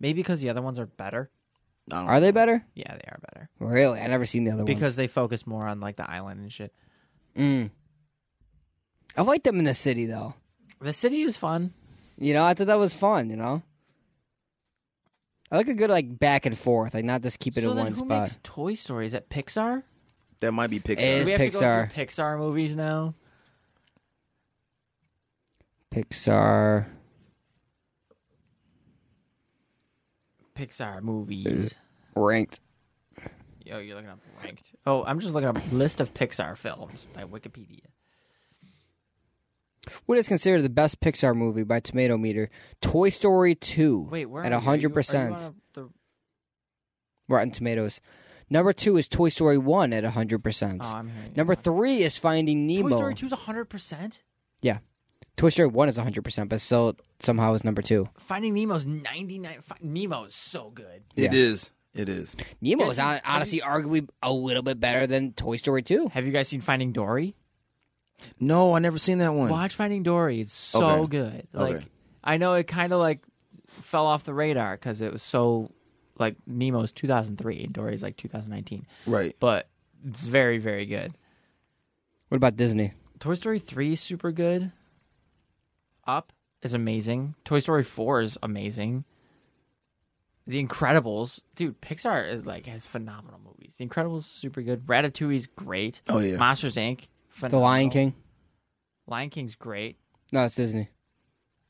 Speaker 3: Maybe because the other ones are better.
Speaker 1: I don't
Speaker 2: Are they better?
Speaker 3: Yeah, they are better.
Speaker 2: Really, I never seen the other
Speaker 3: Because
Speaker 2: ones.
Speaker 3: they focus more on like the island and shit.
Speaker 2: Mm. I liked them in the city though.
Speaker 3: The city was fun.
Speaker 2: You know, I thought that was fun. You know, I like a good like back and forth, like not just keep it
Speaker 3: so
Speaker 2: in
Speaker 3: then
Speaker 2: one
Speaker 3: who
Speaker 2: spot.
Speaker 3: makes Toy Story? Is that Pixar?
Speaker 1: That might be Pixar.
Speaker 2: It
Speaker 3: Do
Speaker 2: is
Speaker 3: we have to
Speaker 2: Pixar.
Speaker 3: go through Pixar movies now?
Speaker 2: Pixar.
Speaker 3: Pixar movies.
Speaker 2: ranked.
Speaker 3: Yo, you're looking up ranked. Oh, I'm just looking up list of Pixar films by Wikipedia.
Speaker 2: What is considered the best Pixar movie by Tomato Meter? Toy Story 2.
Speaker 3: Wait, where
Speaker 2: At
Speaker 3: are you? Are you- are you
Speaker 2: 100%.
Speaker 3: on a- the-
Speaker 2: Rotten Tomatoes. Number 2 is Toy Story 1 at 100%.
Speaker 3: Oh, I'm hearing you.
Speaker 2: Number 3 is Finding Nemo.
Speaker 3: Toy Story 2 is 100%.
Speaker 2: Toy Story 1 is 100%, but still somehow is number 2.
Speaker 3: Finding Nemo's 99. Fi- Nemo is so good.
Speaker 1: It
Speaker 2: Yeah.
Speaker 1: is. It is.
Speaker 2: Nemo
Speaker 3: Yes,
Speaker 2: is
Speaker 3: you-
Speaker 2: hon- honestly arguably a little bit better than Toy Story 2.
Speaker 3: Have you guys seen Finding Dory?
Speaker 1: No, I never seen that one.
Speaker 3: Watch Finding Dory. It's so
Speaker 1: Okay.
Speaker 3: good. Like
Speaker 1: Okay.
Speaker 3: I know it kind of like fell off the radar because it was so like Nemo's 2003 and Dory's like 2019,
Speaker 1: Right.
Speaker 3: but it's very very good.
Speaker 2: What about Disney?
Speaker 3: Toy Story 3 is super good. Up is amazing. Toy Story 4 is amazing. The Incredibles, dude, Pixar is like has phenomenal movies. The Incredibles is super good. Ratatouille's great.
Speaker 1: Oh, yeah.
Speaker 3: Monsters Inc.
Speaker 2: The
Speaker 3: Phenomenal.
Speaker 2: Lion King?
Speaker 3: Lion King's great.
Speaker 2: No, it's Disney.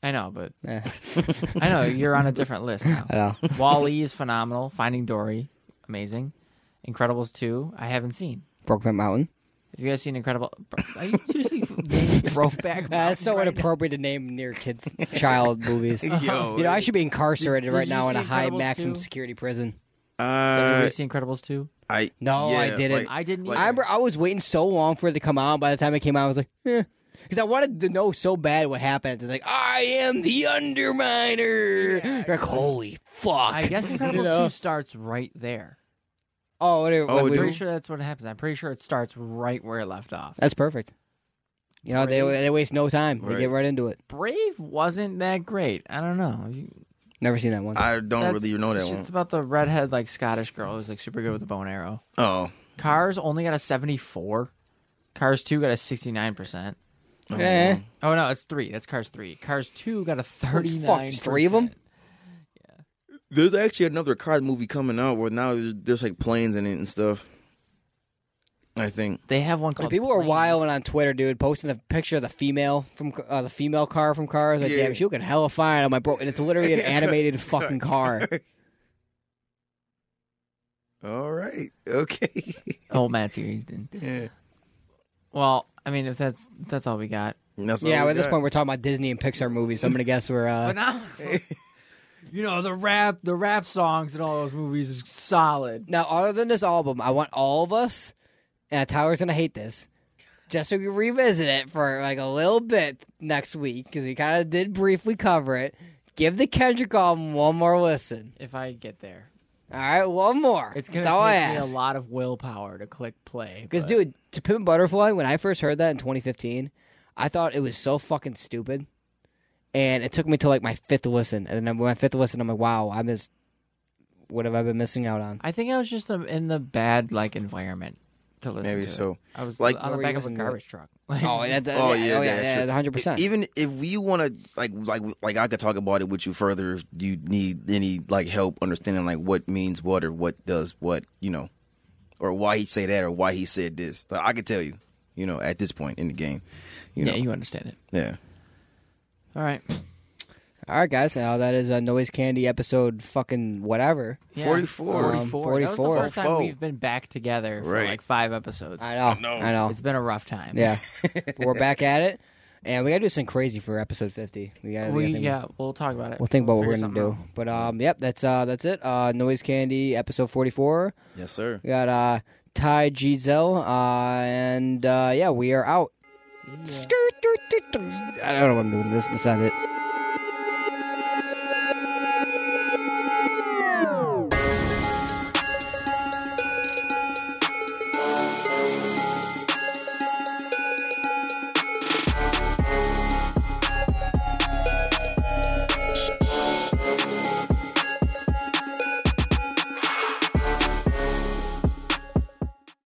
Speaker 3: I know, but
Speaker 2: Yeah,
Speaker 3: I know you're on a different list now.
Speaker 2: I know.
Speaker 3: Wally is phenomenal. Finding Dory, amazing. Incredibles two, I haven't seen.
Speaker 2: Brokeback Mountain.
Speaker 3: Have you guys seen Incredible? Are you seriously naming Brokeback?
Speaker 2: Uh, that's
Speaker 3: Mountain
Speaker 2: so
Speaker 3: right
Speaker 2: inappropriate to name near kids' child movies.
Speaker 1: Yo,
Speaker 2: You know, I should be incarcerated
Speaker 3: Did- did
Speaker 2: right
Speaker 3: you
Speaker 2: now in
Speaker 3: see
Speaker 2: a high
Speaker 3: Incredibles
Speaker 2: maximum
Speaker 3: 2?
Speaker 2: security prison.
Speaker 3: now? Have you
Speaker 1: Uh,
Speaker 3: guys seen Incredibles two?
Speaker 1: I
Speaker 2: No, I
Speaker 1: yeah,
Speaker 2: didn't.
Speaker 1: like-
Speaker 3: I didn't.
Speaker 1: like-
Speaker 3: either.
Speaker 2: I remember I was waiting so long for it to come out. By the time it came out, I was like, eh. Because I wanted to know so bad what happened. It's like, I am the Underminer.
Speaker 3: Yeah,
Speaker 2: like, holy fuck.
Speaker 3: I guess
Speaker 2: You
Speaker 3: Incredibles
Speaker 2: know?
Speaker 3: two starts right there.
Speaker 2: Oh, what,
Speaker 1: Oh,
Speaker 2: what-
Speaker 1: it
Speaker 3: I'm
Speaker 2: what-
Speaker 3: pretty
Speaker 1: do?
Speaker 3: sure that's what happens. I'm pretty sure it starts right where it left off.
Speaker 2: that's perfect. You know, they,
Speaker 3: Brave.
Speaker 2: they waste no time. They
Speaker 1: Right.
Speaker 2: get right into it.
Speaker 3: Brave wasn't that great. I don't know. You-
Speaker 2: Never seen that one.
Speaker 1: I don't
Speaker 3: that's-
Speaker 1: really know that
Speaker 3: shit's
Speaker 1: one.
Speaker 3: about the redhead like Scottish girl who's like super good with the bow and arrow.
Speaker 1: Oh,
Speaker 3: Cars only got a 74. Cars 2 got a 69%.
Speaker 2: Eh.
Speaker 3: Oh, no, it's 3. That's Cars 3. Cars 2 got a 39%.
Speaker 2: Fuck, there's three of 'em?
Speaker 1: there's actually another card movie coming out where now there's, there's like planes in it and stuff. I think.
Speaker 3: They have one
Speaker 2: Like,
Speaker 3: called
Speaker 2: people were
Speaker 3: Planes.
Speaker 2: wilding on Twitter, dude, posting a picture of the female from uh, the female car from Cars. Like,
Speaker 1: Yeah.
Speaker 2: damn, she looking hella fine on my bro. And it's literally an animated fucking car.
Speaker 1: All right. Okay.
Speaker 3: Oh, Matt series didn't.
Speaker 1: yeah.
Speaker 3: Well, I mean, if that's if that's all we got.
Speaker 1: That's all
Speaker 2: Yeah,
Speaker 1: we
Speaker 2: at this
Speaker 1: got.
Speaker 2: point, we're talking about Disney and Pixar movies. So I'm gonna guess we're uh,
Speaker 3: Phenomenal. you know, the rap, the rap songs in all those movies is solid.
Speaker 2: now. Other than this album, I want all of us. And Tyler's gonna hate this. Just so we can revisit it for like a little bit next week because we kind of did briefly cover it. Give the Kendrick album one more listen.
Speaker 3: If I get there.
Speaker 2: All right, one more.
Speaker 3: It's gonna
Speaker 2: That's all I
Speaker 3: take me a
Speaker 2: ask.
Speaker 3: lot of willpower to click play.
Speaker 2: Because,
Speaker 3: but-
Speaker 2: dude, to Pimp a Butterfly, when I first heard that in 2015, I thought it was so fucking stupid. And it took me to like my fifth listen. And then my fifth listen, I'm like, wow, I missed. What have I been missing out on?
Speaker 3: I think I was just um, in the bad like environment to listen.
Speaker 1: Maybe
Speaker 3: to it.
Speaker 1: so.
Speaker 3: I was
Speaker 1: Like-
Speaker 3: on
Speaker 2: What
Speaker 3: the
Speaker 2: were
Speaker 3: back
Speaker 2: you
Speaker 3: of a
Speaker 2: listening to?
Speaker 3: garbage truck.
Speaker 2: Oh, that, that,
Speaker 1: Oh,
Speaker 2: that-
Speaker 1: yeah,
Speaker 2: oh, yeah,
Speaker 1: that's
Speaker 2: yeah,
Speaker 1: true.
Speaker 2: 100%.
Speaker 1: Even if we want to, like, like, like, I could talk about it with you further. If you need any like help understanding like what means what or what does what, you know, or why he say that or why he said this. Like, I could tell you, you know, at this point in the game, you know,
Speaker 3: yeah, you understand it.
Speaker 1: yeah.
Speaker 3: All right.
Speaker 2: all right, guys. Now that is a Noise Candy episode, fucking whatever.
Speaker 3: Yeah.
Speaker 1: 44.
Speaker 3: 44.
Speaker 2: Um,
Speaker 3: That was the
Speaker 2: 44.
Speaker 3: first time
Speaker 1: Four.
Speaker 3: we've been back together for
Speaker 1: Right.
Speaker 3: like five episodes.
Speaker 2: I know. I know.
Speaker 3: It's been a rough time.
Speaker 2: Yeah. But We're back at it. And we got to do something crazy for episode 50. We got to
Speaker 3: We, yeah, we'll talk about it.
Speaker 2: We'll think about what we're
Speaker 3: figure
Speaker 2: gonna
Speaker 3: something
Speaker 2: do, but um, yep, that's uh, that's it. Uh, Noise Candy episode forty four.
Speaker 1: Yes, sir.
Speaker 2: We got uh, Ty Gizel, uh, and uh, yeah, we are out.
Speaker 3: out. See ya.
Speaker 2: I don't know what I'm doing. This, this is not it.